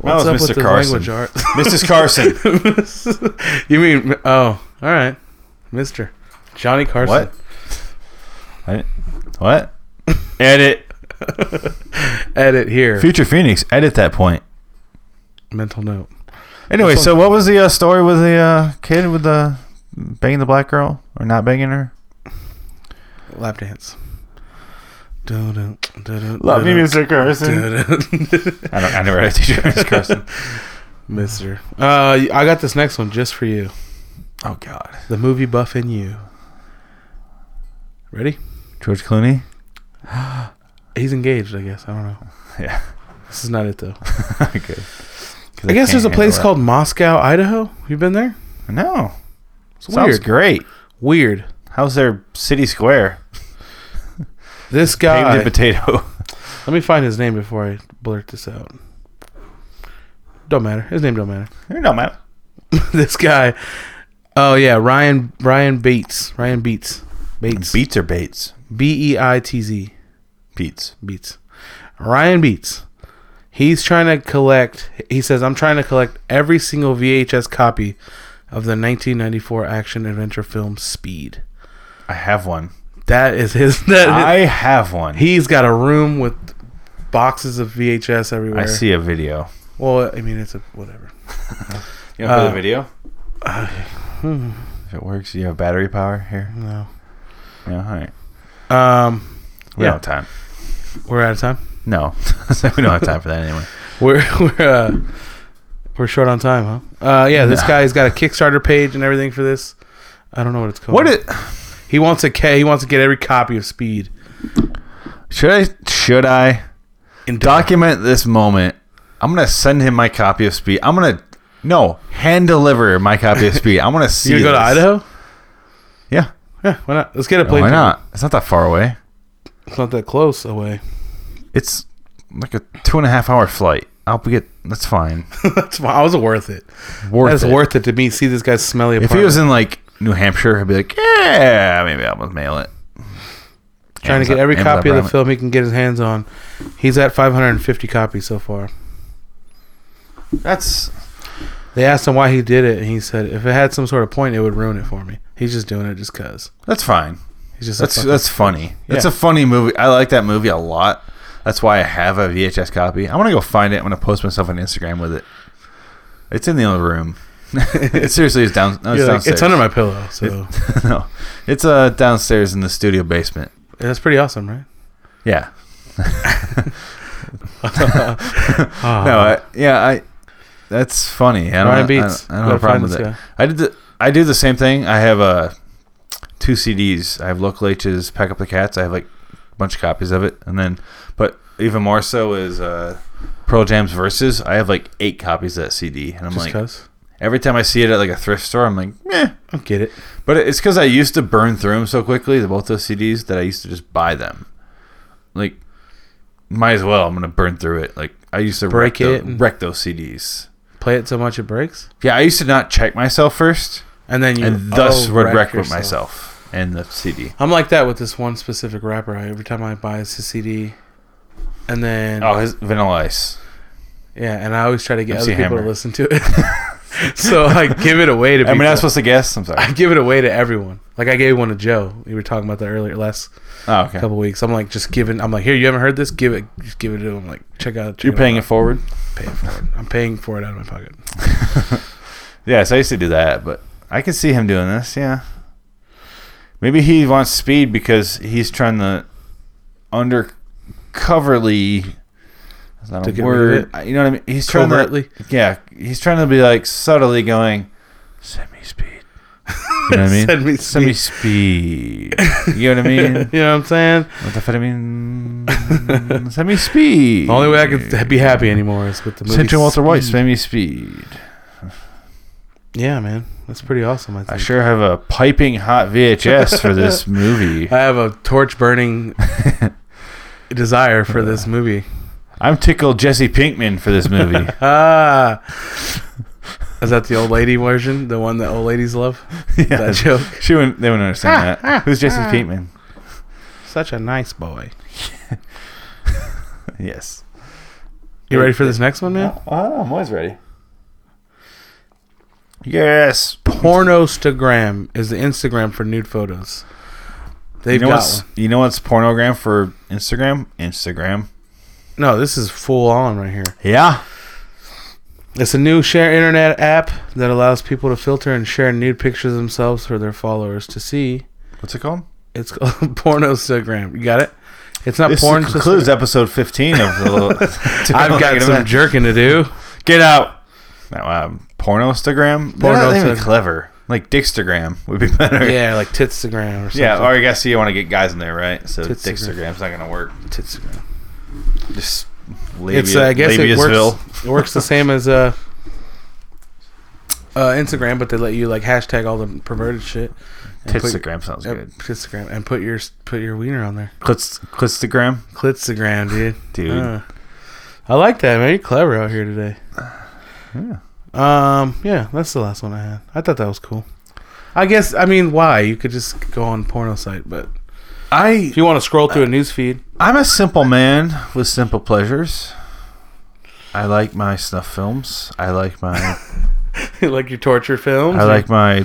Speaker 3: what's
Speaker 2: That
Speaker 3: up
Speaker 2: was
Speaker 3: with
Speaker 2: Mr.
Speaker 3: the
Speaker 2: Carson.
Speaker 3: language art?
Speaker 2: Mrs. Carson.
Speaker 3: you mean, oh, all right. Mr. Johnny Carson.
Speaker 2: What? I- what? Edit.
Speaker 3: Edit here.
Speaker 2: Future Phoenix. Edit that point.
Speaker 3: Mental note.
Speaker 2: Anyway,
Speaker 3: That's
Speaker 2: so what was the uh, story with the uh, kid with the banging the black girl or not banging her?
Speaker 3: Lap dance. Dun-dun, dun-dun,
Speaker 2: Carson.
Speaker 3: dun-dun, dun-dun.
Speaker 2: I, don't, I never had a teacher, Miss Carson.
Speaker 3: Mister. Uh, I got this next one just for you.
Speaker 2: Oh God.
Speaker 3: The movie buff in you. Ready?
Speaker 2: George Clooney.
Speaker 3: He's engaged, I guess. I don't know.
Speaker 2: Yeah.
Speaker 3: This is not it, though.
Speaker 2: okay. 'Cause
Speaker 3: I guess there's a
Speaker 2: can't
Speaker 3: place
Speaker 2: handle
Speaker 3: called Moscow, Idaho. You been there?
Speaker 2: it. No.
Speaker 3: It's
Speaker 2: Sounds
Speaker 3: weird.
Speaker 2: great.
Speaker 3: Weird.
Speaker 2: How's their city square?
Speaker 3: This guy.
Speaker 2: Potato, potato.
Speaker 3: Let me find his name before I blurt this out. Don't matter. His name don't matter.
Speaker 2: You're not mad.
Speaker 3: this guy. Oh yeah, Ryan Ryan Bates. Ryan Beats. Bates.
Speaker 2: Beats or baits?
Speaker 3: B E I T Z.
Speaker 2: Beats.
Speaker 3: Beats. Ryan Beats. He's trying to collect. He says, "I'm trying to collect every single VHS copy of the 1994 action adventure film Speed."
Speaker 2: I have one.
Speaker 3: That is his. That
Speaker 2: I have one.
Speaker 3: he's got a room with boxes of VHS everywhere.
Speaker 2: I see a video.
Speaker 3: Well, I mean, it's a whatever.
Speaker 2: You want
Speaker 3: play the
Speaker 2: video? Uh, hmm, If it works, you have battery power here.
Speaker 3: No.
Speaker 2: Yeah, all right.
Speaker 3: Um,
Speaker 2: We
Speaker 3: Yeah.
Speaker 2: don't have time.
Speaker 3: we're out of time.
Speaker 2: No, we don't have time for that anyway.
Speaker 3: We're we're uh, we're short on time, huh? Uh, yeah, this guy's got a Kickstarter page and everything for this. I don't know what it's called.
Speaker 2: What it?
Speaker 3: he wants a K. He wants to get every copy of Speed.
Speaker 2: Should I? Should I
Speaker 3: In
Speaker 2: document this moment? I'm gonna send him my copy of Speed. I'm gonna no hand deliver my copy of Speed. I want to see.
Speaker 3: you gonna go to
Speaker 2: this.
Speaker 3: Idaho?
Speaker 2: Yeah.
Speaker 3: Yeah, why not? Let's get a plane.
Speaker 2: Why
Speaker 3: ticket.
Speaker 2: not? It's not that far away.
Speaker 3: It's not that close away.
Speaker 2: It's like a two and a half hour flight. I'll get. That's fine.
Speaker 3: That's why I was worth it.
Speaker 2: Worth
Speaker 3: That's
Speaker 2: it.
Speaker 3: worth it to me. See this guy's smelly
Speaker 2: If
Speaker 3: apartment.
Speaker 2: he was in like New Hampshire, I'd be like, yeah, maybe I'll mail it.
Speaker 3: trying to
Speaker 2: Amazon-
Speaker 3: get every
Speaker 2: Amazon
Speaker 3: copy of the
Speaker 2: Prime.
Speaker 3: film he can get his hands on. He's at 550 copies so far.
Speaker 2: That's
Speaker 3: They asked him why he did it, and he said, "If it had some sort of point, it would ruin it for me. He's just doing it just cause.
Speaker 2: that's fine.
Speaker 3: He's just a
Speaker 2: That's
Speaker 3: fucking-
Speaker 2: that's funny. It's
Speaker 3: Yeah.
Speaker 2: a funny movie. I like that movie a lot. That's why I have a VHS copy. I'm gonna go find it. I'm gonna post myself on Instagram with it. It's in the other room. it seriously is down. No, it's,
Speaker 3: You're like,
Speaker 2: downstairs.
Speaker 3: it's under my pillow, so
Speaker 2: no, it's uh downstairs in the studio basement.
Speaker 3: that's pretty awesome, right?
Speaker 2: Yeah.
Speaker 3: Ah.
Speaker 2: No. I, yeah. I. That's funny. I don't,
Speaker 3: Uh-huh. Ryan
Speaker 2: I don't-
Speaker 3: Ah, Beats.
Speaker 2: I don't have a
Speaker 3: Gotta find
Speaker 2: problem with
Speaker 3: this
Speaker 2: that.
Speaker 3: guy.
Speaker 2: I did. The, I do the same thing. I have uh, two CDs. I have Local H's "Pack Up the Cats." I have like a bunch of copies of it, and then, but even more so is uh, Pearl Jam's "Verses." I have like eight copies of that CD, and I'm
Speaker 3: Just
Speaker 2: like,
Speaker 3: cause.
Speaker 2: every time I see it at like a thrift store, I'm like, eh.
Speaker 3: I don't get it.
Speaker 2: But it's because I used to burn through them so quickly, the both those CDs, that I used to just buy them. Like, might as well. I'm gonna burn through it. Like I used to
Speaker 3: Break
Speaker 2: wreck tho-
Speaker 3: it and-
Speaker 2: wreck those CDs.
Speaker 3: Play it so much it breaks,
Speaker 2: Yeah, I used to not check myself first,
Speaker 3: and then you
Speaker 2: and thus
Speaker 3: oh,
Speaker 2: would wreck with
Speaker 3: yourself.
Speaker 2: myself and the CD.
Speaker 3: I'm like that with this one specific rapper. I, every time I buy his CD, and then
Speaker 2: Oh, his Vanilla Ice.
Speaker 3: yeah, and I always try to get
Speaker 2: MC
Speaker 3: other people to
Speaker 2: Hammer.
Speaker 3: listen to it. so I give it away to.
Speaker 2: I
Speaker 3: People.
Speaker 2: mean, I'm not supposed to guess. I'm sorry.
Speaker 3: I give it away to everyone. Like I gave one to Joe. We were talking about that earlier last
Speaker 2: Oh, okay.
Speaker 3: couple weeks. I'm like just giving. I'm like, here, you haven't heard this? Give it. Just give it to him. Like check out. Check
Speaker 2: You're paying it
Speaker 3: out.
Speaker 2: forward.
Speaker 3: Paying for it. I'm paying for it out of my pocket.
Speaker 2: Yeah, so I used to do that, but I could see him doing this. Yeah, maybe he wants speed because he's trying to undercoverly. Is that
Speaker 3: To
Speaker 2: a
Speaker 3: get rid of
Speaker 2: word?
Speaker 3: it?
Speaker 2: I- You know what I mean? He's trying
Speaker 3: Covertly.
Speaker 2: to. Yeah, he's trying to be like subtly going, send me speed. You know what I mean?
Speaker 3: Send me
Speaker 2: Send me speed. You know what I
Speaker 3: you
Speaker 2: mean?
Speaker 3: know what I'm saying?
Speaker 2: What the fuck I mean? Send me speed.
Speaker 3: The only way I could be happy anymore is with the movie.
Speaker 2: Send to Walter White.
Speaker 3: Speed.
Speaker 2: Send me speed.
Speaker 3: Yeah, man, that's pretty awesome. I think.
Speaker 2: I sure have a piping hot VHS for this movie.
Speaker 3: I have a torch burning desire for this movie.
Speaker 2: I'm tickled Jesse Pinkman for this movie.
Speaker 3: Ah, is that the old lady version? The one that old ladies love?
Speaker 2: yeah,
Speaker 3: That joke.
Speaker 2: she wouldn't. They wouldn't
Speaker 3: Ah,
Speaker 2: understand that. Who's Jesse Pinkman?
Speaker 3: Such a nice boy.
Speaker 2: Yes.
Speaker 3: You ready for this next one, man?
Speaker 2: Oh, I'm always ready. Yes.
Speaker 3: Pornostagram is the Instagram for nude photos. They've
Speaker 2: You know
Speaker 3: got
Speaker 2: what's
Speaker 3: one.
Speaker 2: you know what's pornogram for Instagram? Instagram.
Speaker 3: No, this is full on right here.
Speaker 2: Yeah.
Speaker 3: It's a new share internet app that allows people to filter and share nude pictures of themselves for their followers to see.
Speaker 2: What's it called?
Speaker 3: It's called Pornostagram. You got it? It's not
Speaker 2: This
Speaker 3: porn.
Speaker 2: concludes episode 15 of the. little-
Speaker 3: I've got some jerking to do.
Speaker 2: Get out. No, um, pornostagram. They're not even
Speaker 3: Pornostagram.
Speaker 2: clever. Like Dickstagram would be better.
Speaker 3: Yeah, like Titstagram or something.
Speaker 2: Yeah, or I guess you want to get guys in there, right? So
Speaker 3: Titstagram.
Speaker 2: Dickstagram's not going to work.
Speaker 3: Titstagram.
Speaker 2: Just labia,
Speaker 3: It's uh, I guess it
Speaker 2: Labiasville.
Speaker 3: works. It works the same as uh, uh, Instagram, but they let you like hashtag all the perverted shit. and put-
Speaker 2: Titstagram sounds
Speaker 3: uh,
Speaker 2: good.
Speaker 3: Titstagram and put your put your wiener on there.
Speaker 2: Clits, Clitstagram?
Speaker 3: Clitstagram, dude.
Speaker 2: Dude.
Speaker 3: Uh, I like that man. You're clever out here today.
Speaker 2: Yeah.
Speaker 3: Um, yeah, that's the last one I had. I thought that was cool. I guess I mean why you could just go on porno site, but Uh,
Speaker 2: I,
Speaker 3: if you want to scroll through a news feed,
Speaker 2: I'm a simple man with simple pleasures. I like my snuff films. I like my
Speaker 3: like your torture films,
Speaker 2: I
Speaker 3: or-
Speaker 2: like my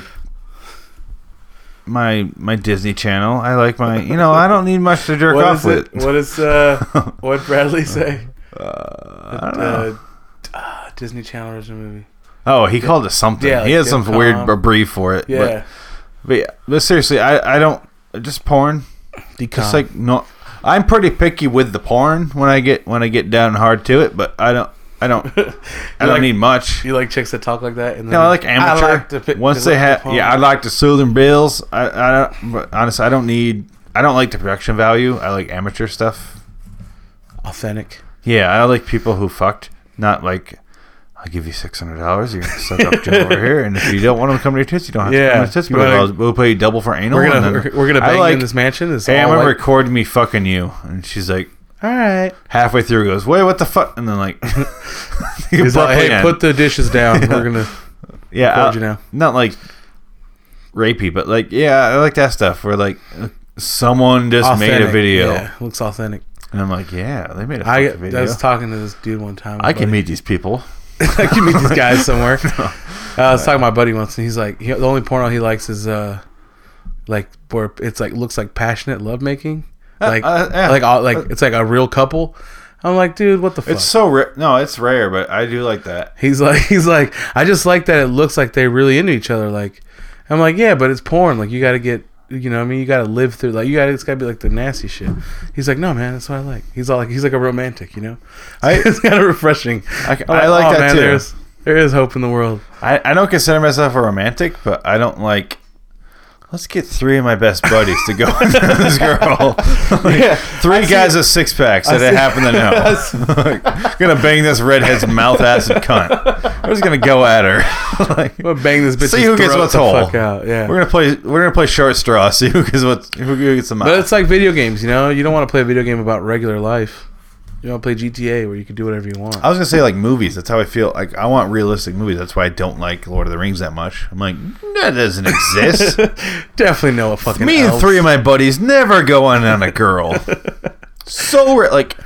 Speaker 2: my my Disney Channel. I like my you know I don't need much to jerk
Speaker 3: What
Speaker 2: off
Speaker 3: is it?
Speaker 2: with.
Speaker 3: What is uh? what Bradley say?
Speaker 2: I don't know.
Speaker 3: Uh, uh, Disney Channel original movie.
Speaker 2: Oh, he called it something.
Speaker 3: Yeah,
Speaker 2: he
Speaker 3: like
Speaker 2: has some
Speaker 3: Dot
Speaker 2: weird
Speaker 3: com.
Speaker 2: brief for it.
Speaker 3: Yeah,
Speaker 2: But, but yeah, but seriously, I I don't just porn. Just like no, I'm pretty picky with the porn when I get when I get down hard to it. But I don't I don't I don't
Speaker 3: like-
Speaker 2: need much.
Speaker 3: you like chicks that talk like that, and then
Speaker 2: No, I like amateur.
Speaker 3: to pick-
Speaker 2: Once
Speaker 3: to
Speaker 2: they
Speaker 3: look
Speaker 2: have,
Speaker 3: upon-
Speaker 2: yeah, I like the Southern Bills. I, I don't, but honestly, I don't need. I don't like the production value. I like amateur stuff.
Speaker 3: authentic.
Speaker 2: Yeah, I like people who fucked, not like. I'll give you six hundred dollars. You're gonna suck up Joe over here, and if you don't want him to come to your tits, you don't have
Speaker 3: Yeah,
Speaker 2: to come to tits.
Speaker 3: you
Speaker 2: But
Speaker 3: wanna-
Speaker 2: I'll, we'll pay you double for anal.
Speaker 3: We're
Speaker 2: and
Speaker 3: gonna
Speaker 2: then-
Speaker 3: we're, we're gonna
Speaker 2: I
Speaker 3: bang
Speaker 2: like,
Speaker 3: in this mansion. It's
Speaker 2: Hey, I
Speaker 3: all
Speaker 2: remember
Speaker 3: like-
Speaker 2: recording me fucking you, and she's like
Speaker 3: all right.
Speaker 2: halfway through goes, "Wait, what the fuck?" And then like,
Speaker 3: He's like, hey,
Speaker 2: Yeah.
Speaker 3: put the dishes down. We're gonna
Speaker 2: yeah,
Speaker 3: record
Speaker 2: I'll-
Speaker 3: you now.
Speaker 2: not like rapey, but like yeah, I like that stuff where like someone just made a
Speaker 3: Authentic.
Speaker 2: video,
Speaker 3: Yeah, looks authentic.
Speaker 2: and I'm like, yeah, they made a
Speaker 3: I,
Speaker 2: fucking
Speaker 3: I
Speaker 2: video.
Speaker 3: was talking to this dude one time.
Speaker 2: I
Speaker 3: my
Speaker 2: can
Speaker 3: buddy.
Speaker 2: meet these people.
Speaker 3: I can meet these guys somewhere. Uh, I was talking to my buddy once, and he's like, he, the only porno he likes is uh, like where it's like looks like passionate lovemaking, like
Speaker 2: uh, yeah.
Speaker 3: like all, like it's like a real couple. I'm like, dude, what the fuck?
Speaker 2: It's so rare. No, it's rare, but I do like that.
Speaker 3: he's like, he's like, I just like that it looks like they're really into each other. Like, I'm like, yeah, but it's porn. Like, you got to get. You know, what I mean, you gotta live through like you gotta. It's gotta be like the nasty shit. He's like, no, man, that's what I like. He's all like, he's like a romantic, you know.
Speaker 2: I-
Speaker 3: it's kind of refreshing. Oh,
Speaker 2: I, I like that too.
Speaker 3: There is hope in the world.
Speaker 2: I, I don't consider myself a romantic, but I don't like. Let's get three of my best buddies to go after this girl. Like,
Speaker 3: Yeah,
Speaker 2: three guys with six packs that I,
Speaker 3: see-
Speaker 2: happen to know. like, gonna bang this redhead's mouth acid cunt. We're just gonna go at her. like,
Speaker 3: I'm gonna bang this bitch.
Speaker 2: see who gets what's whole.
Speaker 3: Fuck out. Yeah.
Speaker 2: We're gonna play. We're gonna play short straw. See who gets what. Who gets the mouth.
Speaker 3: But it's like video games, you know. You don't want to play a video game about regular life. You want to play GTA where you can do whatever you want.
Speaker 2: I was gonna say like movies. That's how I feel. Like I want realistic movies. That's why I don't like Lord of the Rings that much. I'm like that doesn't exist.
Speaker 3: Definitely know a fucking.
Speaker 2: Me and
Speaker 3: elf.
Speaker 2: three of my buddies never go on on a girl. so rare. Like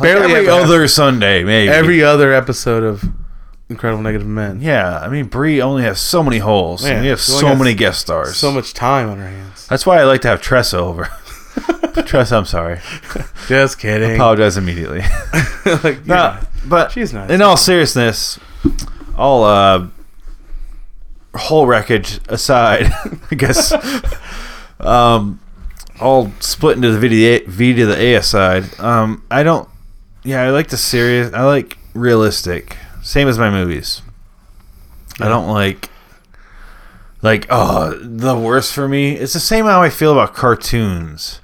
Speaker 3: barely
Speaker 2: every
Speaker 3: ever-
Speaker 2: other Sunday, maybe.
Speaker 3: every other episode of Incredible Negative Men.
Speaker 2: yeah. I mean, Brie only has so many holes.
Speaker 3: Yeah,
Speaker 2: and we have
Speaker 3: she only
Speaker 2: so
Speaker 3: has
Speaker 2: many guest stars.
Speaker 3: So much time on our hands.
Speaker 2: That's why I like to have Tressa over. Tressa, I'm sorry.
Speaker 3: Just kidding.
Speaker 2: Apologize immediately.
Speaker 3: like,
Speaker 2: No,
Speaker 3: yeah.
Speaker 2: but
Speaker 3: She's nice.
Speaker 2: In all seriousness, all uh, whole wreckage aside, I guess. um, all split into the VDA, V to the A side. Um, I don't. Yeah, I like the serious. I like realistic. Same as my movies. I don't like. Like, oh, the worst for me. It's the same how I feel about cartoons.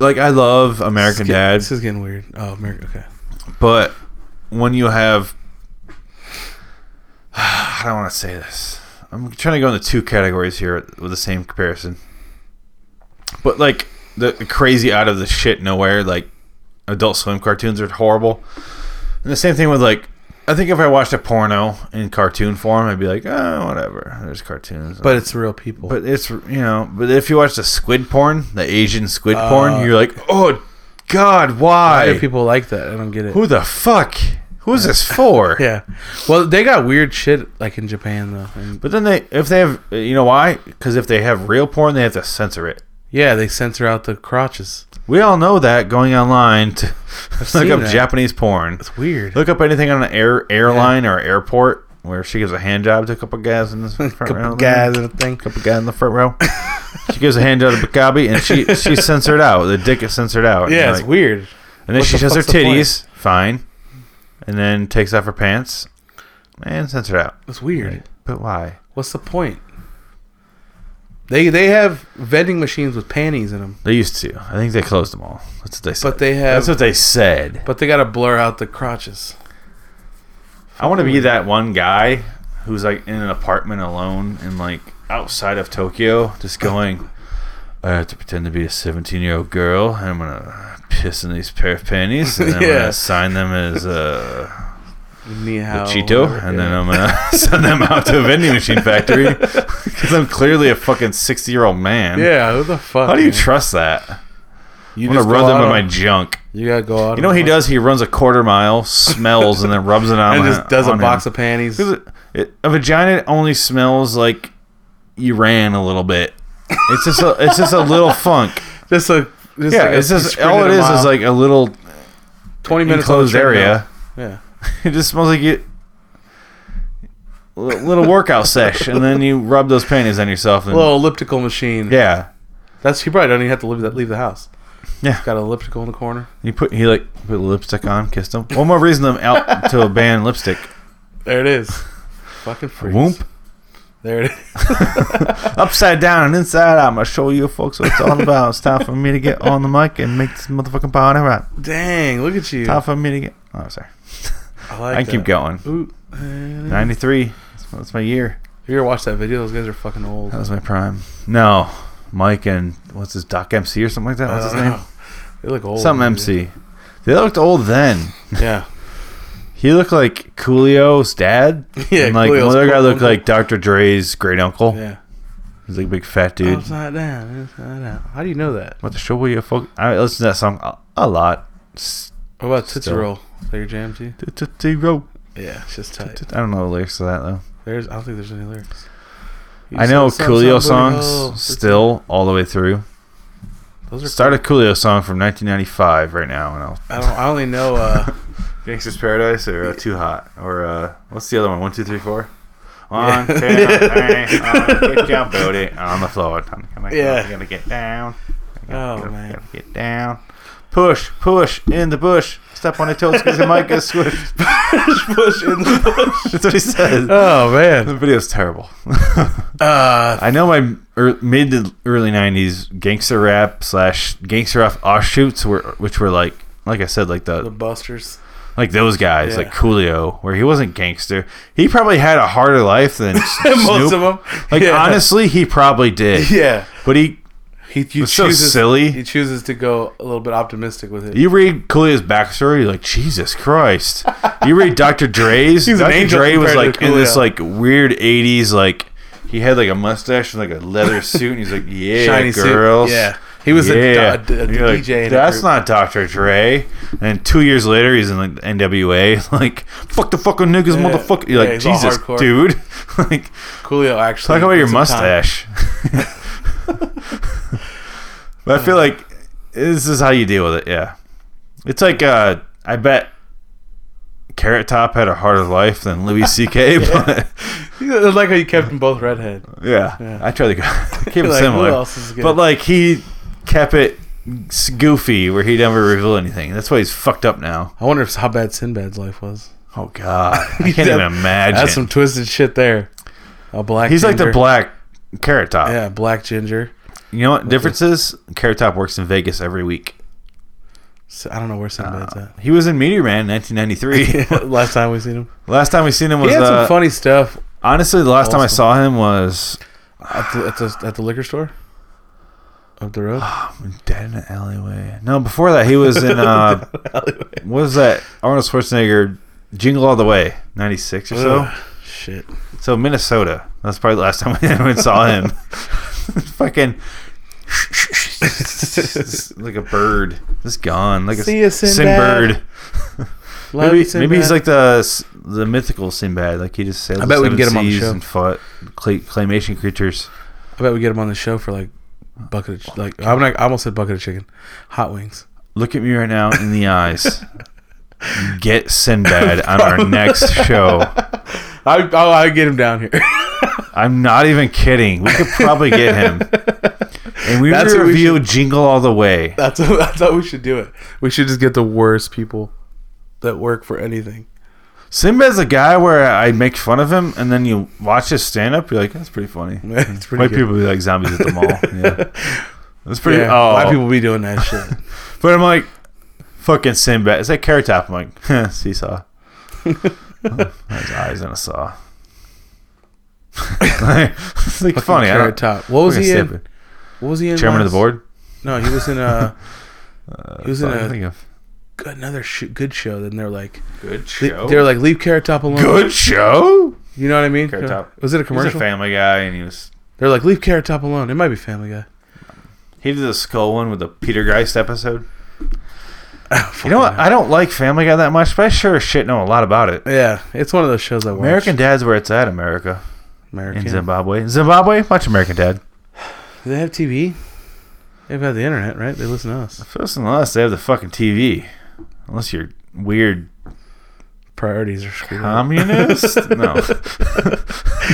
Speaker 2: Like, I love
Speaker 3: This is
Speaker 2: American
Speaker 3: get-
Speaker 2: Dad
Speaker 3: This is getting weird. Oh, America. Okay.
Speaker 2: but when you have I don't want to say this. I'm trying to go into two categories here with the same comparison. But like the crazy out of the shit nowhere like adult swim cartoons are horrible. And the same thing with like I think if I watched a porno in cartoon form I'd be like, "Oh, whatever. There's cartoons."
Speaker 3: But it's real people.
Speaker 2: but it's you know, but if you watch the squid porn, the Asian squid
Speaker 3: Uh,
Speaker 2: porn, you're like, "Oh god,
Speaker 3: why
Speaker 2: why?"
Speaker 3: do people like that? I don't get it.
Speaker 2: Who the fuck? Who's this for?
Speaker 3: yeah. Well, they got weird shit like in Japan though. And,
Speaker 2: But then they, if they have, you know why? Because if they have real porn, they have to censor it.
Speaker 3: yeah, they censor out the crotches.
Speaker 2: We all know that going online to look
Speaker 3: seen
Speaker 2: up
Speaker 3: that.
Speaker 2: Japanese porn.
Speaker 3: It's weird.
Speaker 2: Look up anything on an air airline or airport where she gives a hand job to a couple guys in the front
Speaker 3: Couple
Speaker 2: row. there.
Speaker 3: guys and a thing.
Speaker 2: Couple guys in the front row. she gives a hand job to Bakabi and she she's censored out. The dick is censored out. And
Speaker 3: Yeah,
Speaker 2: you're
Speaker 3: it's
Speaker 2: like-
Speaker 3: weird.
Speaker 2: And then
Speaker 3: What
Speaker 2: she
Speaker 3: the
Speaker 2: shows her
Speaker 3: fuck's the point?
Speaker 2: titties, fine. And then takes off her pants and censored out.
Speaker 3: It's weird.
Speaker 2: But why?
Speaker 3: What's the point? They they have vending machines with panties in them,
Speaker 2: They used to. I think they closed them all. That's what they said.
Speaker 3: but they have
Speaker 2: That's what they said.
Speaker 3: but they gotta blur out the crotches.
Speaker 2: I want to be that one guy who's like in an apartment alone and like outside of Tokyo, just going. I have to pretend to be a 17 year old girl. and I'm gonna piss in these pair of panties, and then I'm
Speaker 3: Yeah.
Speaker 2: gonna sign them as uh,
Speaker 3: Ni
Speaker 2: a
Speaker 3: hao,
Speaker 2: Cheeto,
Speaker 3: whatever,
Speaker 2: and
Speaker 3: yeah.
Speaker 2: then um, I'm gonna send them out to a vending machine factory because I'm clearly a fucking 60 year old man.
Speaker 3: yeah, who the fuck?
Speaker 2: How do you
Speaker 3: man?
Speaker 2: trust that?
Speaker 3: You
Speaker 2: I'm gonna
Speaker 3: just
Speaker 2: run
Speaker 3: go
Speaker 2: them
Speaker 3: out
Speaker 2: in my
Speaker 3: on-
Speaker 2: junk.
Speaker 3: You gotta go out.
Speaker 2: You know what he does? He runs a quarter mile, smells, and then rubs it on.
Speaker 3: Uh-huh. And just does a
Speaker 2: on
Speaker 3: box
Speaker 2: him.
Speaker 3: of panties.
Speaker 2: 'Cause it- it- a vagina only smells like you ran a little bit. It's just a, it's just a little funk.
Speaker 3: Just a just
Speaker 2: Yeah,
Speaker 3: like a-
Speaker 2: it's just
Speaker 3: sprinted
Speaker 2: all it
Speaker 3: a
Speaker 2: is is
Speaker 3: mile.
Speaker 2: like a little
Speaker 3: twenty minutes on the
Speaker 2: enclosed
Speaker 3: treadmill.
Speaker 2: area.
Speaker 3: Yeah,
Speaker 2: It just smells like you. li- Little workout sesh, and then you rub those panties on yourself, and
Speaker 3: little elliptical machine.
Speaker 2: yeah,
Speaker 3: that's he probably don't even have to leave that leave the house.
Speaker 2: Yeah.
Speaker 3: got an elliptical in the corner.
Speaker 2: you put he like put lipstick on, kissed him. One more reason I'm out to ban lipstick.
Speaker 3: There it is. Fucking freaks.
Speaker 2: Whoop.
Speaker 3: There it is.
Speaker 2: upside down and inside out. I'm gonna show you folks what it's all about. It's time for me to get on the mic and make this motherfucking party right.
Speaker 3: Dang, look at you.
Speaker 2: Time for me to get. Oh, sorry.
Speaker 3: I like
Speaker 2: I can keep
Speaker 3: that.
Speaker 2: going.
Speaker 3: Ooh. Have
Speaker 2: 93. That's, that's my year.
Speaker 3: you ever watched that video? Those guys are fucking old.
Speaker 2: That was my prime. No, Mike and what's his Doc MC or something like that.
Speaker 3: I
Speaker 2: What's his
Speaker 3: don't
Speaker 2: name?
Speaker 3: know. They look Uh, old.
Speaker 2: Something
Speaker 3: dude.
Speaker 2: MC. They looked old then.
Speaker 3: Yeah.
Speaker 2: He looked like Coolio's dad.
Speaker 3: Yeah,
Speaker 2: and like
Speaker 3: Coolio's
Speaker 2: one other guy
Speaker 3: cool
Speaker 2: looked
Speaker 3: uncle.
Speaker 2: like Dr. Dre's great uncle.
Speaker 3: Yeah.
Speaker 2: He's like a big fat dude.
Speaker 3: Upside down. Upside down. How do you know that?
Speaker 2: What the show you folks? I listen to that song a, a lot. S-
Speaker 3: What about Tootsie
Speaker 2: Still.
Speaker 3: Roll? Is that your jam too?
Speaker 2: t- t- t- rope.
Speaker 3: Yeah, it's just
Speaker 2: I
Speaker 3: tight.
Speaker 2: don't know the lyrics to that though.
Speaker 3: There's, I don't think there's any lyrics. You
Speaker 2: I know
Speaker 3: said
Speaker 2: Coolio
Speaker 3: something,
Speaker 2: songs
Speaker 3: oh,
Speaker 2: still all the way through.
Speaker 3: Those are
Speaker 2: Start a Coolio song from 1995 right now, and I'll.
Speaker 3: I don't. I only know. Uh,
Speaker 2: Gangster's Paradise or uh, Too Hot or uh, what's the other one? One, two, three, four. One,
Speaker 3: Yeah.
Speaker 2: two, three, on, get your booty on the floor. I'm gonna,
Speaker 3: Yeah.
Speaker 2: gonna get down.
Speaker 3: oh
Speaker 2: Gotta-
Speaker 3: man,
Speaker 2: gotta get down. push, push in the bush. Step on the toes because it might get squished.
Speaker 3: Bush in the bush.
Speaker 2: That's what he said.
Speaker 3: Oh
Speaker 2: The
Speaker 3: man.
Speaker 2: video's terrible.
Speaker 3: Uh,
Speaker 2: I know my er, mid to early '90s gangster rap slash gangster rap offshoots were, which were like, like I said, like
Speaker 3: the
Speaker 2: the
Speaker 3: Busters.
Speaker 2: like those guys,
Speaker 3: Yeah.
Speaker 2: like Coolio, where he wasn't gangster. He probably had a harder life than
Speaker 3: Most
Speaker 2: Snoop.
Speaker 3: of them.
Speaker 2: Like honestly, he probably did.
Speaker 3: Yeah.
Speaker 2: But he,
Speaker 3: He, he
Speaker 2: was so silly.
Speaker 3: He chooses to go a little bit optimistic with it.
Speaker 2: you read Coolio's backstory, you're like Jesus Christ. you read Dr. Dre's.
Speaker 3: He's an
Speaker 2: Dr.
Speaker 3: angel
Speaker 2: Dre was
Speaker 3: compared
Speaker 2: like
Speaker 3: to
Speaker 2: in this like
Speaker 3: Coolio.
Speaker 2: weird '80s like. He had like a mustache and like a leather suit, and he's like, "Yeah,
Speaker 3: suit.
Speaker 2: girls,
Speaker 3: Yeah. He was a
Speaker 2: Yeah.
Speaker 3: d- a, d- a
Speaker 2: You're like,
Speaker 3: DJ. in a
Speaker 2: That's
Speaker 3: group.
Speaker 2: not Dr. Dre. And two years later, he's in like the NWA. Like, fuck the fucking niggas,
Speaker 3: Yeah.
Speaker 2: motherfucker. You're
Speaker 3: Yeah,
Speaker 2: like,
Speaker 3: he's all
Speaker 2: Jesus,
Speaker 3: hardcore.
Speaker 2: dude. like,
Speaker 3: Coolio. Actually,
Speaker 2: talk about
Speaker 3: did
Speaker 2: your
Speaker 3: some time.
Speaker 2: mustache. but I feel like this is how you deal with it. Yeah. It's like, uh, I bet Carrot Top had a harder life than Louis C.K., but.
Speaker 3: I like how you kept them both redhead.
Speaker 2: Yeah,
Speaker 3: Yeah.
Speaker 2: I try to go- keep it
Speaker 3: Like, who
Speaker 2: similar.
Speaker 3: else is good?
Speaker 2: But like he kept it s- goofy, where he never revealed anything. That's why he's fucked up now.
Speaker 3: I wonder if how bad Sinbad's life was.
Speaker 2: Oh god, I can't even
Speaker 3: That-
Speaker 2: imagine.
Speaker 3: That's some twisted shit there. A black.
Speaker 2: he's like the
Speaker 3: ginger.
Speaker 2: black Carrot Top.
Speaker 3: Yeah, black ginger.
Speaker 2: You know what difference is? Carrot Top works in Vegas every week.
Speaker 3: S- I don't know where Sinbad's
Speaker 2: He was in Meteor Man, 1993.
Speaker 3: at. Last time we seen him,
Speaker 2: last time we seen him
Speaker 3: he
Speaker 2: was
Speaker 3: had
Speaker 2: uh,
Speaker 3: some funny stuff
Speaker 2: honestly the last time I
Speaker 3: Awesome.
Speaker 2: saw him was
Speaker 3: at the, at the, at the liquor store up the road.
Speaker 2: Dead in an Alleyway. No, before that he was in uh, what was that Arnold Schwarzenegger Jingle All the Way, 96 or so.
Speaker 3: Ugh, shit.
Speaker 2: So Minnesota. That's probably the last time I ever saw him. Fucking like a bird, just gone. Like
Speaker 3: See
Speaker 2: a
Speaker 3: ya,
Speaker 2: Sinbad.
Speaker 3: Sinbad. Love
Speaker 2: Maybe,
Speaker 3: you,
Speaker 2: maybe he's
Speaker 3: Sinbad.
Speaker 2: like the the mythical Sinbad. Like he just sailed.
Speaker 3: I
Speaker 2: the
Speaker 3: bet we
Speaker 2: seven
Speaker 3: can get him on the
Speaker 2: seas
Speaker 3: show.
Speaker 2: And fought clay, claymation creatures.
Speaker 3: I bet we get him on the show for like bucket of ch- like I'm not, I almost said bucket of chicken, hot wings.
Speaker 2: Look at me right now in the eyes. Get Sinbad on our next show.
Speaker 3: I oh I get him down here.
Speaker 2: I'm not even kidding. We could probably get him. And we
Speaker 3: That's what we
Speaker 2: review Jingle All the Way.
Speaker 3: that's that's how we should do it. We should just get the worst people that work for anything.
Speaker 2: Sinbad's a guy where I make fun of him, and then you watch his stand up, you're like, that's pretty funny.
Speaker 3: it's pretty
Speaker 2: Hmm. White
Speaker 3: good.
Speaker 2: people be like zombies at the mall. Yeah. That's pretty.
Speaker 3: yeah,
Speaker 2: oh,
Speaker 3: white people be doing that shit.
Speaker 2: But I'm like, fucking Sinbad. It's like Carrot Top. I'm like, huh, seesaw. oh, his eyes in a saw. it's like funny. I
Speaker 3: Carrot
Speaker 2: don't,
Speaker 3: top. What was
Speaker 2: fucking
Speaker 3: he in?
Speaker 2: stupid.
Speaker 3: What was he in?
Speaker 2: Chairman of
Speaker 3: last-
Speaker 2: the board.
Speaker 3: No, he was in a he was in
Speaker 2: That's all I
Speaker 3: a-
Speaker 2: can think of.
Speaker 3: another sh- good show. Then they're like
Speaker 2: good
Speaker 3: they, they're like leave carrot top alone.
Speaker 2: good show.
Speaker 3: You know what I mean?
Speaker 2: Carrot Top.
Speaker 3: Was it
Speaker 2: He
Speaker 3: a
Speaker 2: was a
Speaker 3: commercial?
Speaker 2: Family Guy, and he was
Speaker 3: They're like leave carrot top alone. It might be Family Guy.
Speaker 2: he did the skull one with the Peter Geist episode. You
Speaker 3: you
Speaker 2: know what? I don't like Family Guy that much, but I sure as shit know a lot about it.
Speaker 3: Yeah, it's one of those shows I watch.
Speaker 2: American Dad's where it's at, America. In
Speaker 3: American.
Speaker 2: Zimbabwe. Zimbabwe? Watch American Dad.
Speaker 3: Do they have TV? They've got the internet, right? They listen to us.
Speaker 2: First and last, they have the fucking TV. Unless you're weird
Speaker 3: Priorities are screwed up.
Speaker 2: communist? no.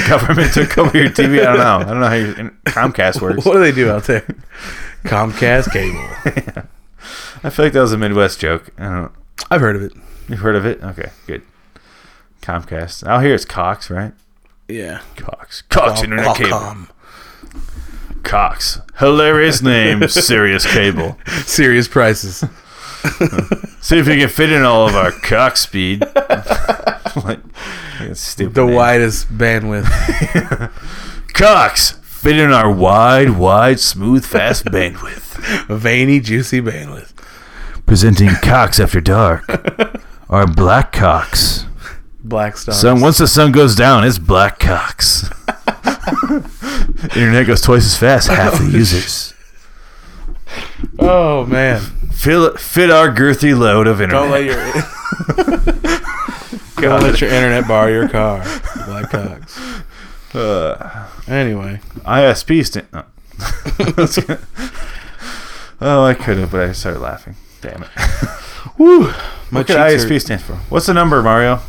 Speaker 2: Government took over your TV? I don't know. I don't know how your in- Comcast works.
Speaker 3: What do they do out there? Comcast cable.
Speaker 2: I feel like that was a Midwest joke. I don't know.
Speaker 3: I've heard of it.
Speaker 2: You've heard of it? Okay, good. Comcast. Out here it's Cox, right?
Speaker 3: Yeah.
Speaker 2: Cox. Cox Internet Cable.
Speaker 3: Qualcomm.
Speaker 2: Cox. Hilarious name, serious cable.
Speaker 3: Serious prices.
Speaker 2: See if you can fit in all of our cock speed. like, that's stupid.
Speaker 3: The
Speaker 2: name.
Speaker 3: widest bandwidth.
Speaker 2: Cocks fit in our wide, wide, smooth, fast bandwidth.
Speaker 3: Veiny, juicy bandwidth.
Speaker 2: Presenting Cox After Dark. Our black cocks.
Speaker 3: Black Star.
Speaker 2: Sun, once the sun goes down, it's black cocks. Internet goes twice as fast, half the users.
Speaker 3: Oh, man.
Speaker 2: Fill, fit our girthy load of internet.
Speaker 3: Don't let your. Don't let your internet borrow your car. Black Cox.
Speaker 2: Uh,
Speaker 3: Anyway.
Speaker 2: ISP stand. uh, No. oh, I could have, but I started laughing. Damn it.
Speaker 3: Woo. My
Speaker 2: What could
Speaker 3: cheeks
Speaker 2: ISP stands for? What's the number, Mario?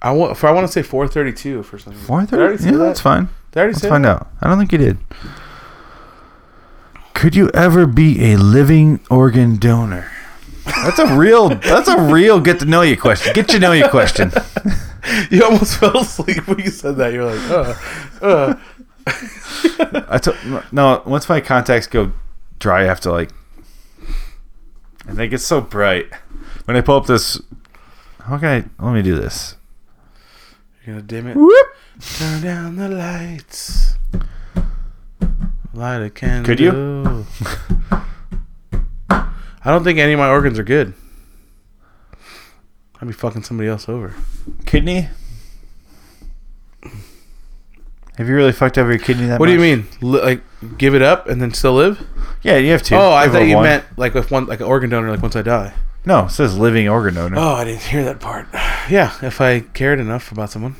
Speaker 3: I want. I want to say 432 for something.
Speaker 2: Four
Speaker 3: Did I already
Speaker 2: thirty.
Speaker 3: say
Speaker 2: Yeah,
Speaker 3: that?
Speaker 2: that's fine.
Speaker 3: Did I already
Speaker 2: Let's
Speaker 3: say
Speaker 2: find
Speaker 3: that?
Speaker 2: out. I don't think you did. Could you ever be a living organ donor? That's a real. That's a real get to know you question. Get to know you question.
Speaker 3: You almost fell asleep when you said that. You're like, uh, uh.
Speaker 2: I took no. Once my contacts go dry, I have to like, and they get so bright. When I pull up this, how can I? Let me do this.
Speaker 3: You're gonna dim it.
Speaker 2: Whoop.
Speaker 3: Turn down the lights. Light a candle.
Speaker 2: Could you?
Speaker 3: I don't think any of my organs are good. I'd be fucking somebody else over.
Speaker 2: Kidney. Have you really fucked over your kidney that
Speaker 3: What do you
Speaker 2: much?
Speaker 3: mean? Li- like, give it up and then still live?
Speaker 2: Yeah, you have two.
Speaker 3: Oh, I
Speaker 2: have
Speaker 3: thought
Speaker 2: a
Speaker 3: you
Speaker 2: one.
Speaker 3: meant like with one, like an organ donor, like once I die.
Speaker 2: No, it says living organ donor.
Speaker 3: Oh, I didn't hear that part. Yeah, if I cared enough about someone.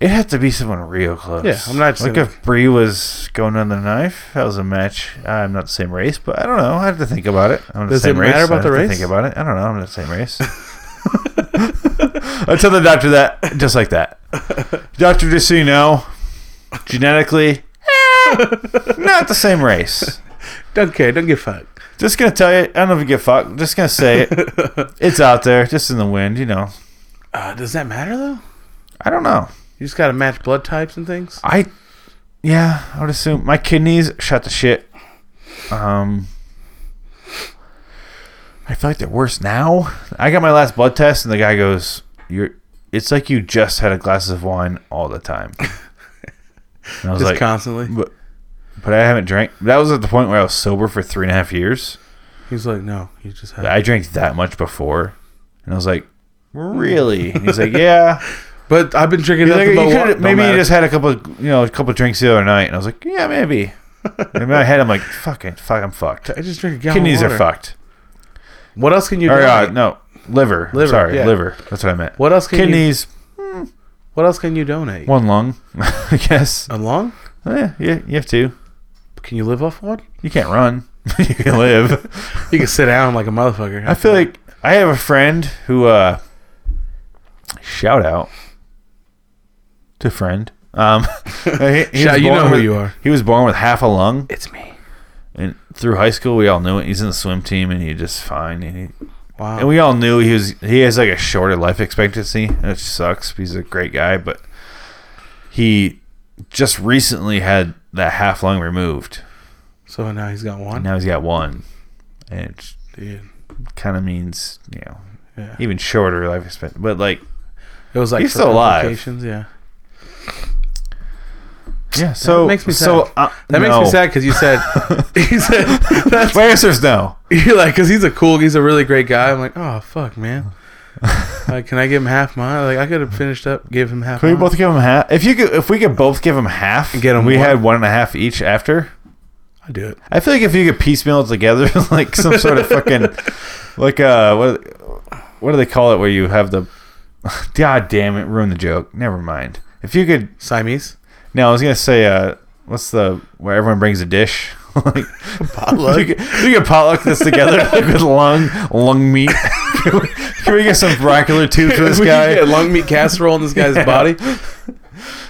Speaker 2: It had to be someone real close.
Speaker 3: Yeah, I'm not
Speaker 2: like
Speaker 3: saying-
Speaker 2: if Bree was going on the knife. That was a match. I'm not the same race, but I don't know. I have to think about it. I'm the
Speaker 3: Does
Speaker 2: same
Speaker 3: it matter
Speaker 2: race.
Speaker 3: about
Speaker 2: I
Speaker 3: the
Speaker 2: have to
Speaker 3: race?
Speaker 2: Think about it. I don't know. I'm not the same race. I tell the doctor that just like that. Doctor, just so you know, genetically, eh, not the same race.
Speaker 3: Don't care. Don't give a fuck.
Speaker 2: Just gonna tell you. I don't know if you get fucked. Just gonna say it. It's out there, just in the wind. You know.
Speaker 3: Uh, does that matter though?
Speaker 2: I don't know.
Speaker 3: You just gotta match blood types and things.
Speaker 2: I, yeah, I would assume my kidneys shot to shit. Um, I feel like they're worse now. I got my last blood test, and the guy goes, "You're." It's like you just had a glass of wine all the time. And I was
Speaker 3: Just
Speaker 2: like,
Speaker 3: constantly.
Speaker 2: but, but I haven't drank. That was at the point where I was sober for three and a half years.
Speaker 3: He's like, no, you just have.
Speaker 2: I drank that much before, and I was like, really? And he's like, yeah.
Speaker 3: But I've been drinking
Speaker 2: He's
Speaker 3: nothing
Speaker 2: like,
Speaker 3: but
Speaker 2: you
Speaker 3: water.
Speaker 2: could've-
Speaker 3: Don't
Speaker 2: maybe you
Speaker 3: matter.
Speaker 2: just had a couple, you know, a couple drinks the other night, and I was like, yeah, maybe. in my head, I'm like, fucking, fuck, I'm fucked.
Speaker 3: I just drink a gallon
Speaker 2: Kidneys
Speaker 3: of water.
Speaker 2: are fucked.
Speaker 3: What else can you do?
Speaker 2: Or uh, no, liver.
Speaker 3: Liver,
Speaker 2: Sorry,
Speaker 3: yeah.
Speaker 2: liver. That's what I meant.
Speaker 3: What else can you?
Speaker 2: Kidneys,
Speaker 3: What else can you donate?
Speaker 2: one lung, I guess.
Speaker 3: A lung?
Speaker 2: Eh, yeah, you have to.
Speaker 3: Can you live off one?
Speaker 2: You can't run. you can live.
Speaker 3: You can sit down like a motherfucker.
Speaker 2: I feel like I have a friend who uh shout out to friend. Um, he, he
Speaker 3: Shout-
Speaker 2: was
Speaker 3: you know
Speaker 2: born
Speaker 3: who
Speaker 2: with-
Speaker 3: you are.
Speaker 2: He was born with half a lung.
Speaker 3: it's me.
Speaker 2: and through high school we all knew it. He's in the swim team and he just fine. And, he,
Speaker 3: Wow.
Speaker 2: and we all knew he was he has like a shorter life expectancy, which sucks. He's a great guy, but he just recently had that half lung removed.
Speaker 3: so now he's got one.
Speaker 2: Now he's got one, and it
Speaker 3: Dude.
Speaker 2: kind of means you know
Speaker 3: Yeah.
Speaker 2: even shorter life expectancy. But like
Speaker 3: It was like
Speaker 2: He's
Speaker 3: for
Speaker 2: still alive.
Speaker 3: complications, Yeah.
Speaker 2: yeah, so
Speaker 3: makes me
Speaker 2: so
Speaker 3: sad.
Speaker 2: uh,
Speaker 3: That makes
Speaker 2: no.
Speaker 3: me sad because you said he said that's
Speaker 2: My answer's no.
Speaker 3: you're like because he's a cool he's a really great guy. I'm like oh fuck man. like can I give him half mine? Like I could have finished up give him half.
Speaker 2: Can we
Speaker 3: mine.
Speaker 2: both give him half? If you could, if we could both give him half,
Speaker 3: Get him
Speaker 2: We
Speaker 3: one.
Speaker 2: had one and a half each after.
Speaker 3: I do it.
Speaker 2: I feel like if you could piecemeal it together, like some sort of fucking, like uh, what, what do they call it? Where you have the, god damn it, ruin the joke. Never mind. If you could,
Speaker 3: Siamese.
Speaker 2: no, I was gonna say, uh, what's the where everyone brings a dish? like
Speaker 3: Potluck.
Speaker 2: You could, if you could potluck this together like with lung lung meat. can, we, can we get some binocular tubes for this
Speaker 3: We
Speaker 2: guy?
Speaker 3: get lung meat casserole in this guy's
Speaker 2: Yeah.
Speaker 3: body.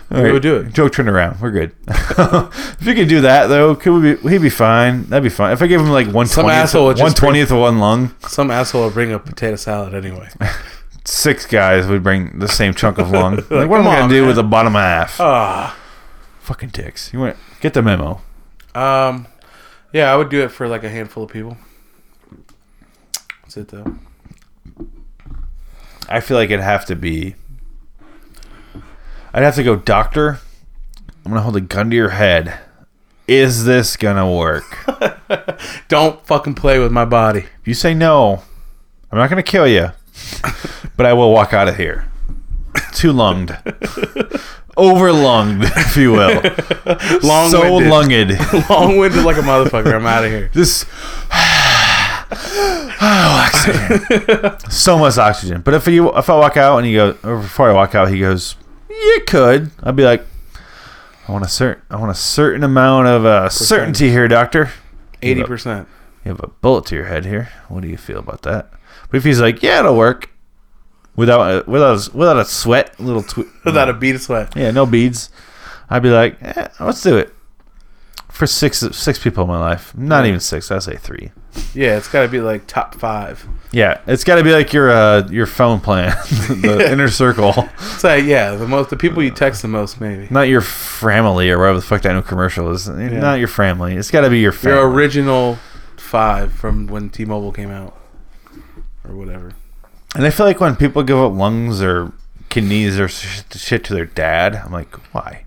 Speaker 2: All
Speaker 3: We would do it.
Speaker 2: Joke turned around. We're good. if you could do that though, could we be, he'd be fine. That'd be fine. If I give him like one twentieth,
Speaker 3: asshole would
Speaker 2: one
Speaker 3: just bring-
Speaker 2: twentieth of one lung,
Speaker 3: Some asshole will bring a potato salad anyway.
Speaker 2: six guys would bring the same chunk of lung. like, what
Speaker 3: come
Speaker 2: am I gonna
Speaker 3: on,
Speaker 2: do
Speaker 3: man.
Speaker 2: with the bottom half?
Speaker 3: Ah.
Speaker 2: Fucking dicks. You want get the memo?
Speaker 3: um, yeah, I would do it for like a handful of people. That's it though.
Speaker 2: I feel like it'd have to be. I'd have to go, doctor. I'm gonna hold a gun to your head. Is this gonna work?
Speaker 3: Don't fucking play with my body.
Speaker 2: If you say no, I'm not going to kill you, but I will walk out of here. Too lunged. Overlunged, if you will.
Speaker 3: Long
Speaker 2: so lunged.
Speaker 3: long winded like a motherfucker. I'm out of here.
Speaker 2: This. oh, oxygen. so much oxygen. But if you if I walk out and he goes, or before I walk out, he goes, you could. I'd be like, I want a certain, I want a certain amount of uh, certainty here, doctor.
Speaker 3: Eighty percent.
Speaker 2: You have a bullet to your head here. What do you feel about that? But if he's like, yeah, it'll work, without a, without a, without a sweat, little twi-
Speaker 3: Without a bead of sweat.
Speaker 2: yeah, no beads, I'd be like, eh, let's do it. For six six people in my life, not even six, I say three.
Speaker 3: Yeah, it's got to be like top five.
Speaker 2: Yeah, it's got to be like your uh, your phone plan, the inner circle,
Speaker 3: It's like yeah, the most the people you text the most maybe.
Speaker 2: not your family or whatever the fuck that new commercial is. Not your family. It's got to be your family.
Speaker 3: Your original five from when T-Mobile came out, or whatever.
Speaker 2: and I feel like when people give up lungs or kidneys or sh- shit to their dad, I'm like, why?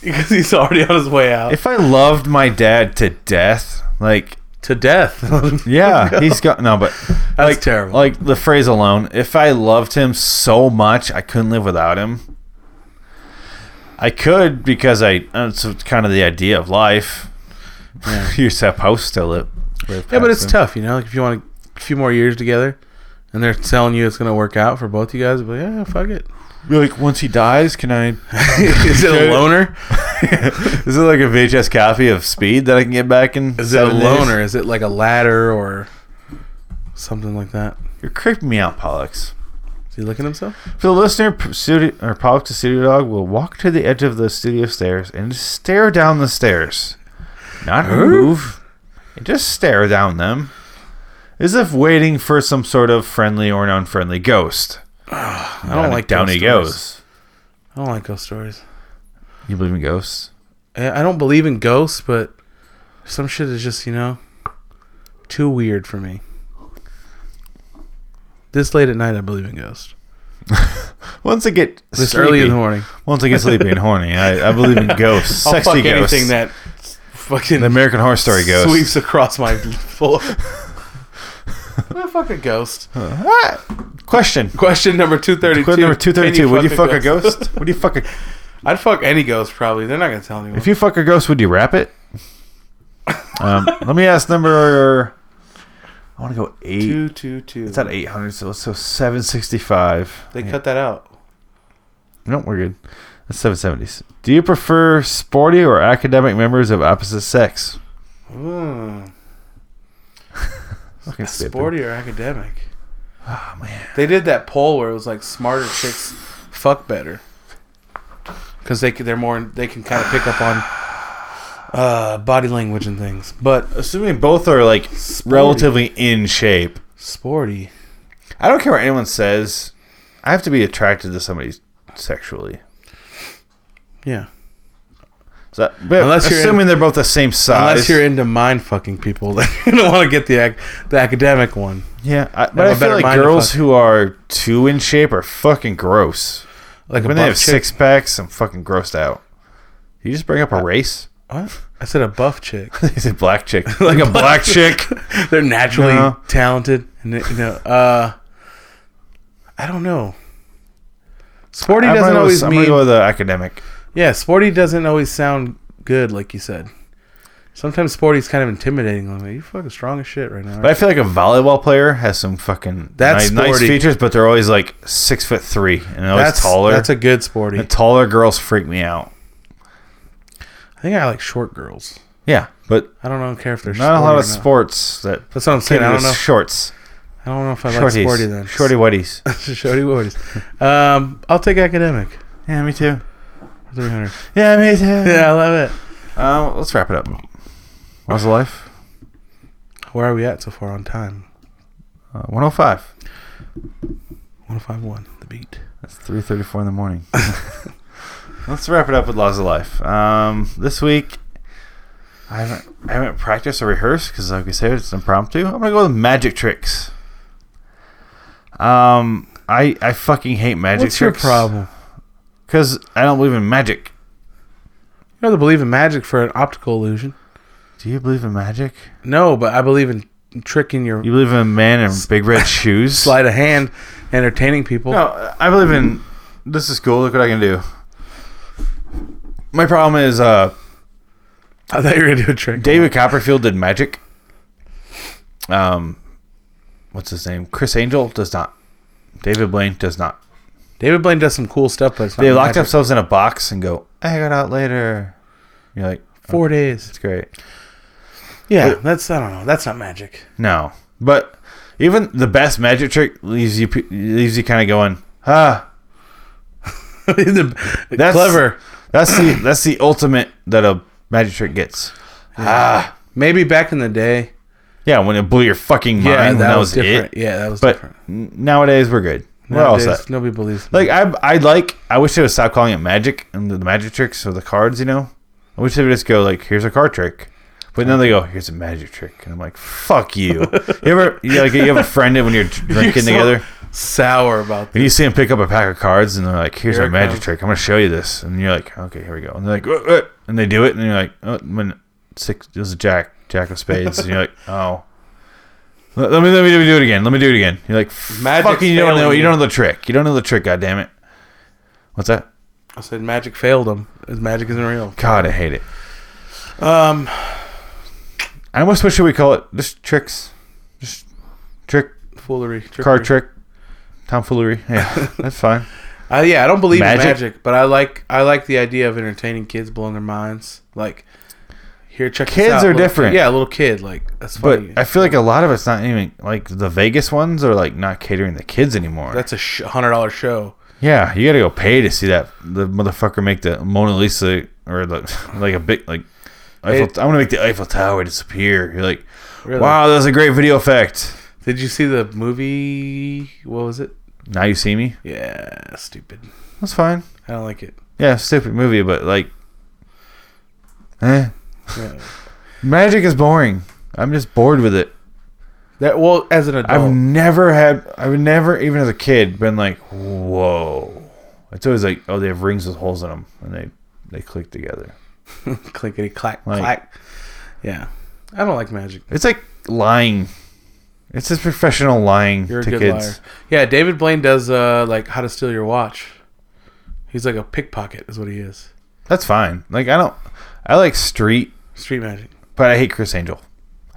Speaker 3: Because he's already on his way out
Speaker 2: if I loved my dad to death, like
Speaker 3: to death. That's
Speaker 2: yeah, he's got no, but like
Speaker 3: terrible.
Speaker 2: Like the phrase alone, if I loved him so much, I couldn't live without him. I could because I. That's kind of the idea of life. You're supposed to live. live
Speaker 3: yeah, but
Speaker 2: past
Speaker 3: it's
Speaker 2: him.
Speaker 3: tough, you know. Like if you want a few more years together, and they're telling you it's gonna work out for both you guys, but yeah, fuck it.
Speaker 2: You're like once he dies, can I?
Speaker 3: Is it a loner?
Speaker 2: Is it like a VHS copy of Speed that I can get back in?
Speaker 3: Is it a
Speaker 2: seven days?
Speaker 3: loner? Is it like a ladder or something like that?
Speaker 2: You're creeping me out, Pollux.
Speaker 3: Is he licking himself?
Speaker 2: For the listener, P- studio, or Pollock to Studio Dog will walk to the edge of the studio stairs and stare down the stairs. Not move. Just stare down them. As if waiting for some sort of friendly or non friendly ghost.
Speaker 3: I don't like
Speaker 2: down
Speaker 3: ghost
Speaker 2: he
Speaker 3: stories.
Speaker 2: goes.
Speaker 3: I don't like ghost stories.
Speaker 2: You believe in ghosts?
Speaker 3: I I don't believe in ghosts, but some shit is just, you know, too weird for me. This late at night, I believe in ghosts.
Speaker 2: Once I get
Speaker 3: This
Speaker 2: sleepy,
Speaker 3: early in the morning,
Speaker 2: once I get sleepy and horny, I, I believe in ghosts.
Speaker 3: I'll
Speaker 2: sexy
Speaker 3: fuck
Speaker 2: ghosts.
Speaker 3: anything that fucking
Speaker 2: the American Horror Story ghost.
Speaker 3: sweeps across my floor. Well, fuck a ghost.
Speaker 2: Question.
Speaker 3: Question number two thirty two.
Speaker 2: Question number 232. Would you fuck a ghost? Would you fuck a.
Speaker 3: I'd fuck any ghost probably. They're not gonna tell anyone.
Speaker 2: If you fuck a ghost, would you wrap it? Um, let me ask number. I want to go eight.
Speaker 3: two two two.
Speaker 2: It's at eight hundred, so let's go seven sixty-five.
Speaker 3: they cut that out.
Speaker 2: No, we're good. That's seven seventies. Do you prefer sporty or academic members of opposite sex?
Speaker 3: Mm.
Speaker 2: Fucking stupid.
Speaker 3: Sporty or academic?
Speaker 2: Oh, man.
Speaker 3: They did that poll where it was like smarter chicks fuck better because they c- they're more they can kind of pick up on uh, body language and things. But
Speaker 2: Assuming both are like relatively in shape,
Speaker 3: sporty,
Speaker 2: I don't care what anyone says. I have to be attracted to somebody sexually.
Speaker 3: yeah.
Speaker 2: So, but
Speaker 3: Unless you're in-
Speaker 2: assuming they're both the same size.
Speaker 3: Unless you're into mind fucking people, then you don't want to get the ac- the academic one.
Speaker 2: Yeah, I, but I
Speaker 3: a
Speaker 2: feel
Speaker 3: better
Speaker 2: like
Speaker 3: mind to
Speaker 2: girls
Speaker 3: fuck.
Speaker 2: who are too in shape are fucking gross.
Speaker 3: Like a
Speaker 2: When they
Speaker 3: buff
Speaker 2: have
Speaker 3: chick.
Speaker 2: six packs, I'm fucking grossed out. You just bring up a race?
Speaker 3: What? I said a buff chick.
Speaker 2: He's a black chick, like a black chick.
Speaker 3: they're naturally
Speaker 2: No.
Speaker 3: talented, and they- you know. Uh, I don't know. Sporty
Speaker 2: I'm
Speaker 3: doesn't
Speaker 2: gonna go-
Speaker 3: always
Speaker 2: I'm
Speaker 3: mean
Speaker 2: gonna go with the academic.
Speaker 3: Yeah, sporty doesn't always sound good, like you said. Sometimes sporty's kind of intimidating. I'm like, you fucking strong as shit right now.
Speaker 2: But I feel like a volleyball player has some fucking
Speaker 3: That's
Speaker 2: ni- nice
Speaker 3: sporty.
Speaker 2: features, but they're always like six foot three and always
Speaker 3: that's
Speaker 2: taller.
Speaker 3: That's a good sporty.
Speaker 2: the taller girls freak me out.
Speaker 3: I think I like short girls.
Speaker 2: Yeah, but
Speaker 3: I don't know, care if they're
Speaker 2: not a lot
Speaker 3: sporty or
Speaker 2: of sports that.
Speaker 3: That's what I'm saying. I don't know.
Speaker 2: Shorts,
Speaker 3: I don't know if I
Speaker 2: shorties,
Speaker 3: like sporty then.
Speaker 2: shorty whities.
Speaker 3: shorty, shorty. Um, I'll take academic.
Speaker 2: yeah, me too.
Speaker 3: Three hundred.
Speaker 2: Yeah, me too.
Speaker 3: Yeah, I love it.
Speaker 2: Um, let's wrap it up. How's the life?
Speaker 3: Where are we at so far on time?
Speaker 2: Uh, 105.
Speaker 3: One oh five one. The beat.
Speaker 2: That's 3:34 in the morning. let's wrap it up with Laws of Life. Um, this week, I haven't I haven't practiced or rehearsed because, like we said, it's impromptu. I'm gonna go with magic tricks. Um, I I fucking hate magic
Speaker 3: What's your
Speaker 2: tricks.
Speaker 3: problem?
Speaker 2: Because I don't believe in magic.
Speaker 3: You don't believe in magic for an optical illusion.
Speaker 2: Do you believe in magic?
Speaker 3: No, but I believe in tricking your
Speaker 2: You believe in a man in big red shoes?
Speaker 3: sleight of hand, entertaining people.
Speaker 2: No, I believe in this is cool. Look what I can do. My problem is uh,
Speaker 3: I thought you were gonna do a trick.
Speaker 2: David Copperfield did magic. Um, what's his name? Chris Angel does not. David Blaine does not.
Speaker 3: David Blaine does some cool stuff, but it's not
Speaker 2: They lock
Speaker 3: magic.
Speaker 2: themselves in a box and go, "I got out later." You're like,
Speaker 3: four days.
Speaker 2: "It's great."
Speaker 3: Yeah, that's I don't know. That's not magic.
Speaker 2: No, but even the best magic trick leaves you pe- leaves you kind of going, "Ah,
Speaker 3: The-
Speaker 2: That's-
Speaker 3: clever.
Speaker 2: that's the that's the ultimate that a magic trick gets." Ah,
Speaker 3: Maybe back in the day.
Speaker 2: Yeah, when it blew your fucking mind,
Speaker 3: Yeah,
Speaker 2: when
Speaker 3: that, was, different.
Speaker 2: it.
Speaker 3: Yeah, that was
Speaker 2: But
Speaker 3: different.
Speaker 2: n- nowadays we're good.
Speaker 3: Nowadays,
Speaker 2: we're all set.
Speaker 3: nobody believes. me.
Speaker 2: Like I, I like. I wish they would stop calling it magic and the magic tricks or the cards. You know, I wish they would just go like, "Here's a card trick," but now they go, "Here's a magic trick," and I'm like, "Fuck you." you ever, you like, you have a friend that when you're drinking
Speaker 3: You're so
Speaker 2: together,
Speaker 3: sour about
Speaker 2: and you see him pick up a pack of cards, and they're like, "Here's
Speaker 3: Here
Speaker 2: our
Speaker 3: it
Speaker 2: magic
Speaker 3: comes.
Speaker 2: trick. I'm gonna show you this," and you're like, "Okay, here we go," and they're like, "Uh, uh," and they do it, and you're like, "Oh, when six, it was a jack, jack of spades," and you're like, "Oh." Let let me, let me let me do it again. Let me do it again. You're like,
Speaker 3: Magic's
Speaker 2: fucking, you don't
Speaker 3: failing
Speaker 2: know. You
Speaker 3: you."
Speaker 2: don't know the trick. You don't know the trick. God damn it. What's that?
Speaker 3: I said magic failed him. His magic isn't real.
Speaker 2: God, I hate it.
Speaker 3: Um,
Speaker 2: I almost wish we call it just tricks, just trick
Speaker 3: foolery. Trickery.
Speaker 2: card trick, tomfoolery. Yeah, that's fine.
Speaker 3: I, yeah, I don't believe
Speaker 2: Magic?
Speaker 3: in magic, but I like I like the idea of entertaining kids, blowing their minds. Like, here, check. this
Speaker 2: Kids
Speaker 3: out,
Speaker 2: are
Speaker 3: little
Speaker 2: different.
Speaker 3: Kid. Yeah, a little kid. Like that's
Speaker 2: But
Speaker 3: funny.
Speaker 2: I feel like a lot of it's not even like the Vegas ones are like not catering the kids anymore.
Speaker 3: that's a sh- hundred dollar show.
Speaker 2: yeah, you gotta go pay to see that the motherfucker make the Mona Lisa or the like a big like. Eiffel,
Speaker 3: It-
Speaker 2: I'm gonna make the Eiffel Tower disappear. You're like,
Speaker 3: Really?
Speaker 2: wow, that was a great video effect.
Speaker 3: Did you see the movie? What was it?
Speaker 2: Now you see me.
Speaker 3: Yeah, stupid.
Speaker 2: That's fine.
Speaker 3: I don't like it.
Speaker 2: Yeah, stupid movie, but like, eh.
Speaker 3: Yeah.
Speaker 2: Magic is boring. I'm just bored with it.
Speaker 3: That well, as an
Speaker 2: I've
Speaker 3: adult,
Speaker 2: never had. I've never, even as a kid, been like, "Whoa!" It's always like, "Oh, they have rings with holes in them, and they they click together."
Speaker 3: clickety clack
Speaker 2: Like-
Speaker 3: clack. Yeah, I don't like magic.
Speaker 2: It's like lying. It's just professional lying
Speaker 3: You're a
Speaker 2: to
Speaker 3: good
Speaker 2: kids.
Speaker 3: liar. Yeah, David Blaine does uh like how to steal your watch. He's like a pickpocket, is what he is.
Speaker 2: That's fine. Like I don't. I like street,
Speaker 3: Street magic.
Speaker 2: but I hate Chris Angel.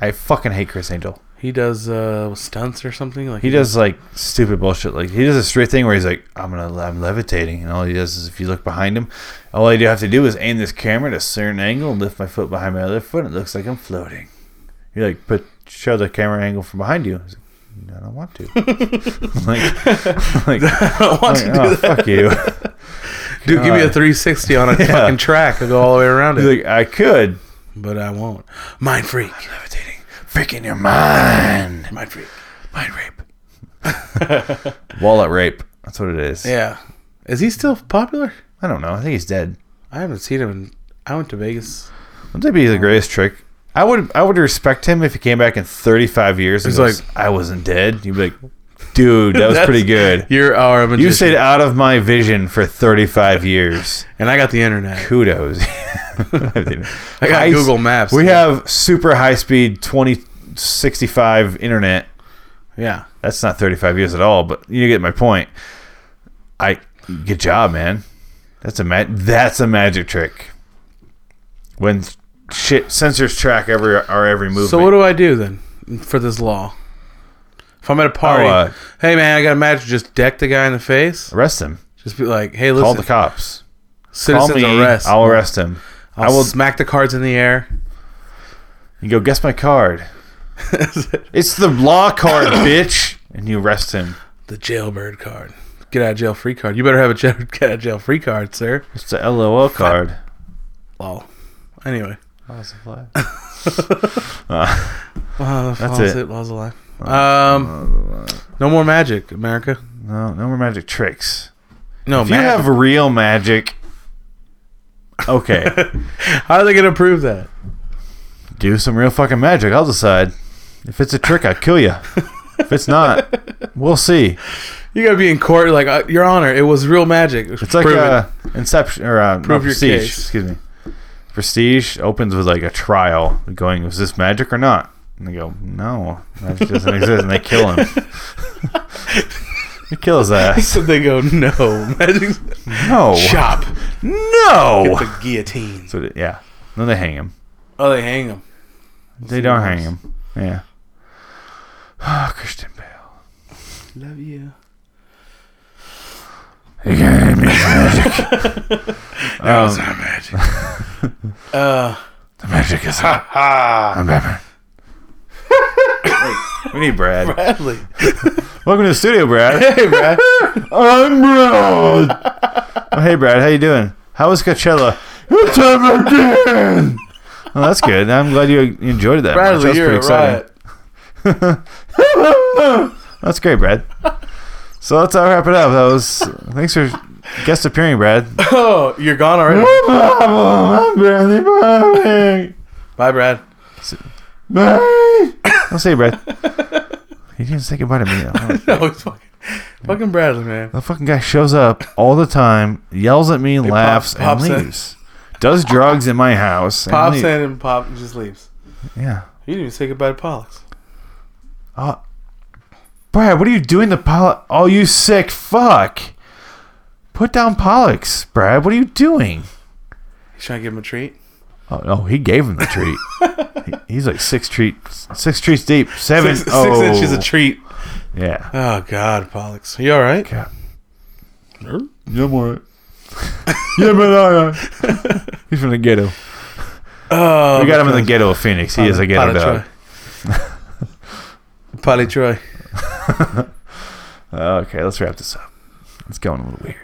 Speaker 2: I fucking hate Chris Angel.
Speaker 3: He does uh stunts or something like
Speaker 2: He does like stupid bullshit. Like he does a straight thing where he's like, "I'm gonna, I'm levitating," and all he does is, if you look behind him, all I do have to do is aim this camera at a certain angle and lift my foot behind my other foot. And it looks like I'm floating. You're like, "But show the camera angle from behind you." He's like, "I don't want to." like, like,
Speaker 3: I don't want
Speaker 2: like,
Speaker 3: to do
Speaker 2: "Oh,
Speaker 3: that.
Speaker 2: fuck you.
Speaker 3: Dude, give me a
Speaker 2: God.
Speaker 3: 360 on a fucking track. I'll go all the way around it.
Speaker 2: He's like, "I could
Speaker 3: but I won't. Mind freak.
Speaker 2: levitating, freaking your mind,
Speaker 3: Mind freak.
Speaker 2: mind rape, wallet rape." That's what it is.
Speaker 3: Yeah. Is he still popular?
Speaker 2: I don't know. I think he's dead.
Speaker 3: I haven't seen him in I went to Vegas.
Speaker 2: Wouldn't that be the greatest trick? I would I would respect him if he came back in 35 years and
Speaker 3: He's
Speaker 2: goes, I wasn't dead. You'd be like, dude, that was
Speaker 3: That's-
Speaker 2: pretty good.
Speaker 3: You're our
Speaker 2: You
Speaker 3: magician.
Speaker 2: stayed out of my vision for 35 years.
Speaker 3: and I got the internet.
Speaker 2: Kudos.
Speaker 3: I got Google Maps.
Speaker 2: We have super high speed 2065 internet.
Speaker 3: Yeah.
Speaker 2: That's not 35 years at all, but you get my point. I good job, man. That's a ma- that's a magic trick. When shit sensors track every our every movement.
Speaker 3: So what do I do then for this law? If I'm at a party,
Speaker 2: Oh, uh,
Speaker 3: hey man, I got a match. Just deck the guy in the face.
Speaker 2: arrest him.
Speaker 3: Just be like, hey,
Speaker 2: Call
Speaker 3: listen,
Speaker 2: the cops. Call
Speaker 3: citizens
Speaker 2: me.
Speaker 3: arrest.
Speaker 2: I'll arrest him.
Speaker 3: I'll
Speaker 2: I will-
Speaker 3: smack the cards in the air.
Speaker 2: You go guess my card. It's the law card, bitch. And you arrest him.
Speaker 3: the jailbird card. Get out of jail free card. You better have a jail, get out of jail free card, sir.
Speaker 2: It's the LOL card.
Speaker 3: Lol. Anyway, uh,
Speaker 2: That's
Speaker 3: laws
Speaker 2: it.
Speaker 3: it. Laws of life. Um, no more magic, America.
Speaker 2: No, no more magic tricks.
Speaker 3: No
Speaker 2: If you
Speaker 3: magic.
Speaker 2: have real magic, okay.
Speaker 3: How are they gonna prove that?
Speaker 2: do some real fucking magic. I'll decide. If it's a trick, I kill you. If it's not, we'll see.
Speaker 3: You gotta be in court, like uh, Your Honor. It was real magic.
Speaker 2: It's like
Speaker 3: Prove it.
Speaker 2: uh, Inception or uh,
Speaker 3: Prove
Speaker 2: no,
Speaker 3: your
Speaker 2: Prestige.
Speaker 3: case.
Speaker 2: Excuse me. Prestige opens with like a trial, going, "Was this magic or not?" And they go, "No, magic doesn't exist," and they kill him. they kill his ass.
Speaker 3: So they go, no, magic's
Speaker 2: No,
Speaker 3: chop
Speaker 2: no.
Speaker 3: the guillotine.
Speaker 2: So, yeah. Then they hang him.
Speaker 3: Oh, they hang him.
Speaker 2: They don't hang him. Yeah. Christian Bale.
Speaker 3: Love you.
Speaker 2: Again,
Speaker 3: That
Speaker 2: Um,
Speaker 3: was not magic. uh,
Speaker 2: The magic is hot. I'm Batman. we need Brad.
Speaker 3: Bradley.
Speaker 2: Welcome to the studio, Brad. Hey, Brad. I'm Brad. oh, hey, Brad. How you doing? How was Coachella? It's him again. Well, that's good. I'm glad you enjoyed that. much.
Speaker 3: Bradley,
Speaker 2: That's
Speaker 3: you're
Speaker 2: pretty
Speaker 3: a
Speaker 2: exciting.
Speaker 3: riot.
Speaker 2: That's great, Brad. So let's uh, wrap it up. That was thanks for guest appearing, Brad.
Speaker 3: Oh, you're gone already.
Speaker 2: I'm Bradley Bowie.
Speaker 3: Bye, Brad.
Speaker 2: Bye. Don't say it, Brad. He didn't say goodbye to me. Oh.
Speaker 3: No, it's fucking, fucking Bradley, man.
Speaker 2: The fucking guy shows up all the time, yells at me, laughs,
Speaker 3: pops
Speaker 2: and
Speaker 3: in.
Speaker 2: leaves. Does drugs in my house. and
Speaker 3: Pops
Speaker 2: leaves.
Speaker 3: in and pop and just leaves.
Speaker 2: Yeah.
Speaker 3: You didn't even say goodbye to Pollux.
Speaker 2: Uh, Brad, what are you doing to Pollock? Oh, you sick fuck. Put down Pollux, Brad. What are you doing?
Speaker 3: He's trying to give him a treat.
Speaker 2: Oh, no, he gave him the treat. He- he's like six treats, six treats deep, seven.
Speaker 3: Six,
Speaker 2: oh,
Speaker 3: six inches a treat.
Speaker 2: Yeah.
Speaker 3: Oh God, Pollux, you all right?
Speaker 2: God. Yeah, I'm alright. yeah, uh, man, alright. He's from the ghetto.
Speaker 3: Oh,
Speaker 2: We got him in the ghetto of Phoenix. He is a ghetto dog.
Speaker 3: Potty Troy.
Speaker 2: Okay, let's wrap this up. It's going a little weird.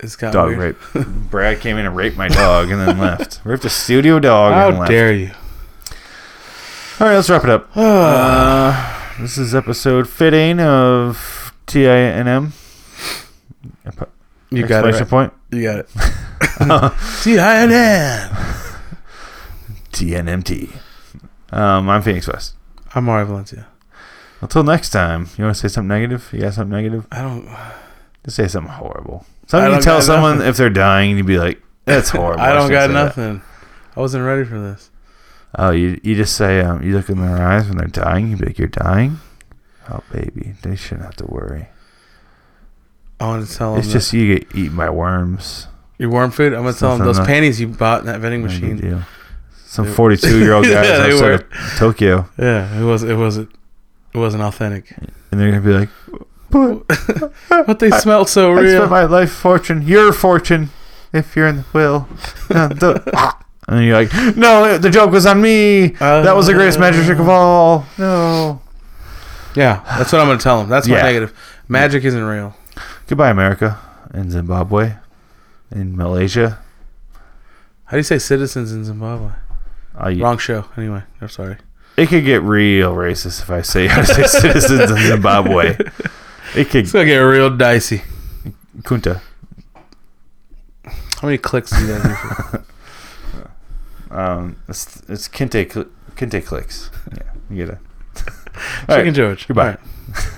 Speaker 3: It's got
Speaker 2: Dog
Speaker 3: Uh, weird.
Speaker 2: rape. Brad came in and raped my dog and then left. Raped a studio dog and
Speaker 3: How
Speaker 2: left.
Speaker 3: dare you?
Speaker 2: All right, let's wrap it up.
Speaker 3: Ah,
Speaker 2: Uh, this is episode fitting of TINM.
Speaker 3: You got it.
Speaker 2: Exclamation
Speaker 3: right.
Speaker 2: point.
Speaker 3: You got it. See, I am.
Speaker 2: TNMT. Um, I'm Phoenix West.
Speaker 3: I'm Mario Valencia.
Speaker 2: Until next time, you want to say something negative? You got something negative?
Speaker 3: I don't.
Speaker 2: Just say something horrible. Something
Speaker 3: I
Speaker 2: you
Speaker 3: don't
Speaker 2: tell
Speaker 3: got
Speaker 2: someone if they're dying, you'd be like, "That's horrible."
Speaker 3: I don't
Speaker 2: shouldn't say
Speaker 3: got
Speaker 2: that."
Speaker 3: nothing. I wasn't ready for this.
Speaker 2: Oh, you you just say um, you look in their eyes when they're dying. You would be like, "You're dying." Oh, baby, they shouldn't have to worry.
Speaker 3: I want to tell them.
Speaker 2: It's just you get eaten by worms.
Speaker 3: your warm food. I'm gonna tell them
Speaker 2: Nothing
Speaker 3: those
Speaker 2: that-
Speaker 3: panties you bought in that vending
Speaker 2: No big
Speaker 3: machine.
Speaker 2: deal. Some
Speaker 3: They-
Speaker 2: 42 year old guys
Speaker 3: Yeah, they
Speaker 2: outside of Tokyo,
Speaker 3: Yeah, it was. It was. It wasn't authentic.
Speaker 2: and they're gonna be like, "But
Speaker 3: But they smelled so
Speaker 2: I
Speaker 3: real.
Speaker 2: spent my life fortune, your fortune, if you're in the will." and then you're like, "No, the joke was on me. that was the
Speaker 3: Uh.
Speaker 2: greatest magic trick of all." No.
Speaker 3: yeah, that's what I'm gonna tell them. That's
Speaker 2: Yeah.
Speaker 3: my negative. Magic isn't real.
Speaker 2: Goodbye, America, and Zimbabwe, and Malaysia.
Speaker 3: How do you say citizens in Zimbabwe?
Speaker 2: I,
Speaker 3: Wrong show. Anyway, I'm sorry.
Speaker 2: It could get real racist if I say I say citizens of Zimbabwe. It could
Speaker 3: It's gonna get real dicey.
Speaker 2: kunta.
Speaker 3: How many clicks do you guys do? for-
Speaker 2: Um, it's it's kente cl- kente clicks. Yeah, you get it. All
Speaker 3: Chicken
Speaker 2: right,
Speaker 3: George.
Speaker 2: goodbye.
Speaker 3: All right.